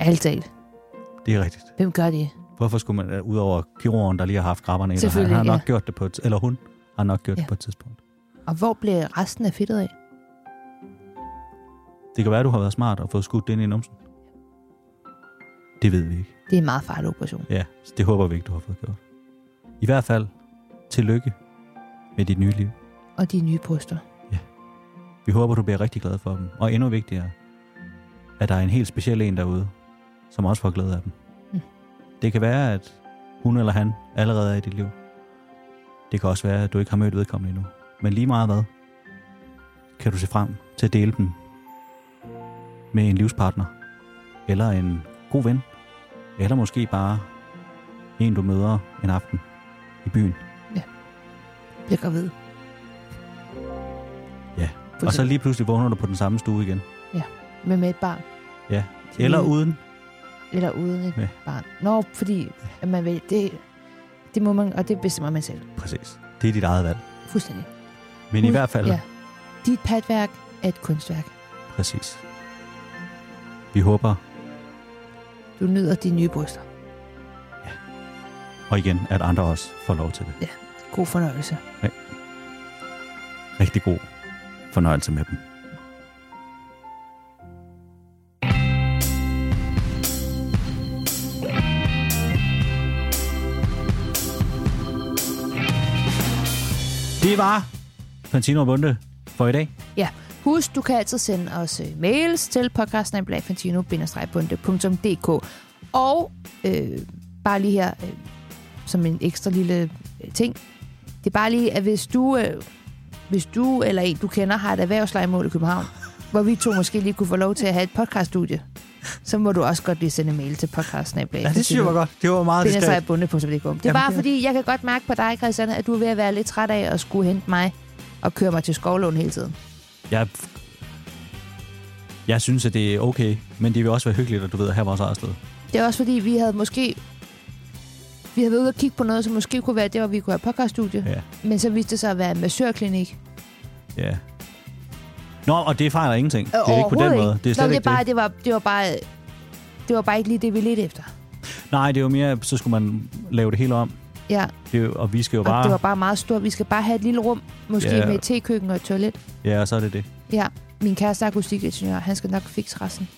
C: Alt talt.
B: Det er rigtigt.
C: Hvem gør det?
B: Hvorfor skulle man, udover kirurgen, der lige har haft grabberne, eller han
C: Selvfølgelig,
B: har nok
C: ja.
B: gjort det på et, eller hun har nok gjort ja.
C: Ja.
B: det på et tidspunkt.
C: Og hvor bliver resten af fedtet af?
B: Det kan være, at du har været smart og fået skudt det ind i numsen. Det ved vi ikke.
C: Det er en meget farlig operation.
B: Ja, så det håber vi ikke, du har fået gjort. I hvert fald, tillykke med dit nye liv.
C: Og de nye bryster.
B: Vi håber, du bliver rigtig glad for dem. Og endnu vigtigere, at der er en helt speciel en derude, som også får glæde af dem.
C: Mm.
B: Det kan være, at hun eller han allerede er i dit liv. Det kan også være, at du ikke har mødt vedkommende endnu. Men lige meget hvad, kan du se frem til at dele dem med en livspartner, eller en god ven, eller måske bare en, du møder en aften i byen.
C: Bliver gravid.
B: Ja,
C: For
B: Og så
C: eksempel.
B: lige pludselig vågner du på den samme stue igen.
C: Men med et barn.
B: Ja, eller
C: Mm.
B: uden.
C: Eller uden et
B: Ja.
C: ja. barn. Nå, fordi at man vil, det, det må man, og det bestemmer man selv.
B: Præcis. Det er dit eget valg.
C: Fuldstændig.
B: Men i
C: Hus-
B: hvert fald,
C: Ja. Dit patværk er et kunstværk.
B: præcis. Vi håber,
C: Du nyder de nye bryster.
B: og igen, at andre også får lov til det.
C: God fornøjelse.
B: Rigtig god fornøjelse med dem. Det var Fantino og Bunde for i dag.
C: Ja, husk, du kan altid sende os øh, mails til podcasten-fantino-bunde.dk Og øh, bare lige her, øh, som en ekstra lille øh, ting, det er bare lige, at hvis du, øh, hvis du eller en, du kender, har et erhvervslejemål i
B: (laughs)
C: København, hvor vi to måske lige kunne få lov til at have et podcaststudie, så må du også godt lige sende en mail til podcasten.
B: godt. Det var meget
C: Finder sig af bunde.dk. Det er bare fordi, jeg kan godt mærke på dig, Christian, at du er ved at være lidt træt af at skulle hente mig og køre mig til Skovlån hele tiden.
B: Jeg, jeg synes, at det er okay, men det vil også være hyggeligt, at du ved, at have vores eget sted.
C: Det er også fordi, vi havde måske... Vi havde været ude og kigge på noget, som måske kunne være det, hvor vi kunne have podcaststudie.
B: Ja.
C: Men så viste det sig at være en massørklinik.
B: Ja. Nå, og det fejler ingenting.
C: Øh,
B: Det er ikke på den
C: overhovedet
B: måde. Det er slet
C: Nå, men
B: ikke
C: det, er bare, det. var, det var bare... Det var bare ikke lige det, vi ledte efter.
B: Nej, det er jo mere, så skulle man lave det hele om.
C: Ja,
B: Det er jo, og vi skal jo
C: og
B: bare...
C: det var bare meget stort. Vi skal bare have et lille rum, måske
B: Ja.
C: yeah. med et tekøkken og et toilet.
B: Ja, og så er det det.
C: Ja, min kæreste er akustikingeniør, han skal nok fikse resten.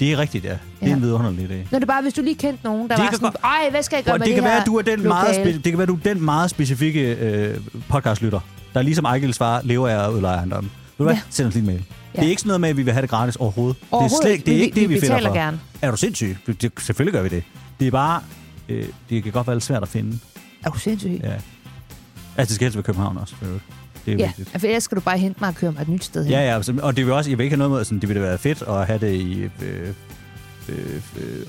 B: Det er rigtigt, ja. Det er
C: Ja.
B: en vidunderlig idé.
C: Nå, det er bare, hvis du lige kendte nogen, der
B: Det
C: var
B: kan
C: sådan, ej, hvad skal jeg gøre
B: Og
C: med
B: det, kan
C: her
B: være, at du er den meget
C: lokale?"
B: spe- det kan være, at du er den meget specifikke øh, podcastlytter, der ligesom Ejkel svarer, lever af at udleje ejendommen. Ved du hvad?
C: Ja.
B: Send os lige en mail.
C: Ja.
B: Det er ikke sådan noget med, at vi vil have det gratis overhovedet. det er, slet, ikke- det er
C: vi,
B: ikke det, vi, finder
C: betaler
B: for.
C: gerne.
B: Er du sindssyg? Det, det, selvfølgelig gør vi det. Det er bare... Øh, det kan godt være lidt svært at finde.
C: Er du sindssyg?
B: Ja. Altså, det skal helst være København også. for øvrigt. Det er
C: Ja,
B: vigtigt.
C: ja for ellers skal du bare hente mig og køre mig et nyt sted hen.
B: Ja, ja, så- og det vil også, jeg vil ikke have noget med, sådan, det ville da være fedt at have det i øh, øh, øh,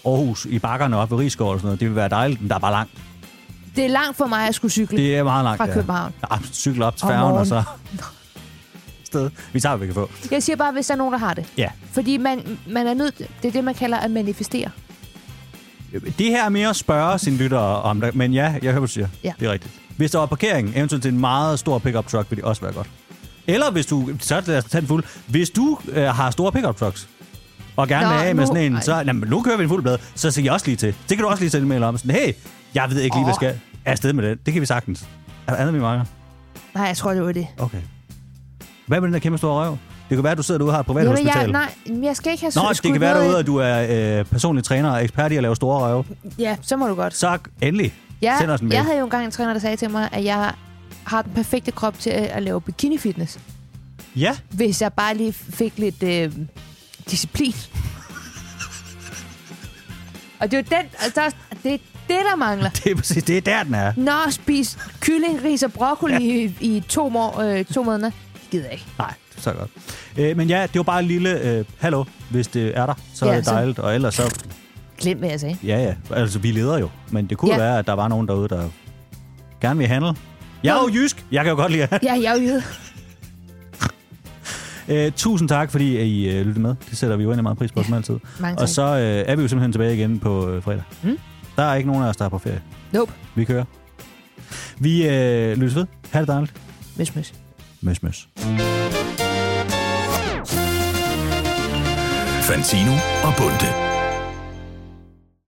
B: Aarhus, i bakkerne op ved Rigskov og sådan noget. Det ville være dejligt, men der er bare langt.
C: Det er langt for mig at skulle cykle. Det...
B: Det er meget langt.
C: Fra
B: ja.
C: København.
B: Ja, cykle op til
C: Om
B: færgen og så (laughs)
C: morgenen.
B: sted. Vi tager, hvad vi kan få.
C: Jeg siger bare, hvis der er nogen, der har det.
B: Ja,
C: Fordi man, man er nødt... Det er det, man kalder at manifestere.
B: det her er mere at spørge sine lyttere om det, men ja, jeg hører, hvad du siger.
C: Ja.
B: Det er rigtigt. Hvis der var parkering, eventuelt til en meget stor pickup truck, ville det også være godt. Eller hvis du, så lad os tage den fuld. Hvis du øh, har store pickup trucks, og gerne
C: Nå,
B: vil af med
C: nu-
B: sådan en,
C: ej.
B: så jamen, nu kører vi en fuld blad, så siger jeg også lige til. Det kan du også lige sende en mail om. Sådan, hey, jeg ved ikke lige, hvad
C: Åh.
B: jeg skal. Afsted med den. Det kan vi sagtens. Er der andet, vi mangler?
C: Nej, jeg tror, det var det.
B: Okay. Hvad med den der kæmpe store røv? Det kan være, at du sidder derude og har et privat
C: Jamen,
B: hospital.
C: jeg, nej, men jeg skal ikke have
B: Nå,
C: sku-
B: det
C: skudt
B: kan være
C: noget
B: derude,
C: ind.
B: at du er øh, personlig træner og ekspert i at lave store røve.
C: Ja, så må du godt.
B: Så endelig.
C: Ja,
B: Send os en mail.
C: jeg havde jo engang en træner, der sagde til mig, at jeg har den perfekte krop til at at lave bikini-fitness.
B: Ja.
C: Hvis jeg bare lige fik lidt øh, disciplin. (laughs) og det er jo den, og der, det er det, der mangler.
B: Det er præcis det, er der den er.
C: Nå, spis kylling, ris og broccoli i, i to, må, øh, to måneder. Det gider jeg ikke.
B: Nej, det er så godt. Øh, men ja, det var bare en lille øh, hallo, hvis det er der. Så ja,
C: Ja,
B: er det
C: så-
B: dejligt. Og ellers så,
C: Glem, hvad jeg sagde.
B: ja ja, altså vi leder jo. Men det kunne ja.
C: Ja.
B: være, at der var nogen derude, der gerne vil handle. Jeg er jo jysk. Jeg kan jo godt lide at
C: Ja, jeg er jo jøde.
B: Øh, tusind tak, fordi I øh, lyttede med. Det sætter vi jo endelig meget pris på, ja. som altid.
C: Mange
B: Og
C: tak.
B: så øh, er vi jo simpelthen tilbage igen på øh, fredag.
C: Mm.
B: Der er ikke nogen af os, der er på ferie.
C: Nope.
B: Vi kører. Vi øh, lyttes ved. Ha' det dejligt.
C: Møs, møs.
B: Møs, møs.
A: Fantino og Bunde.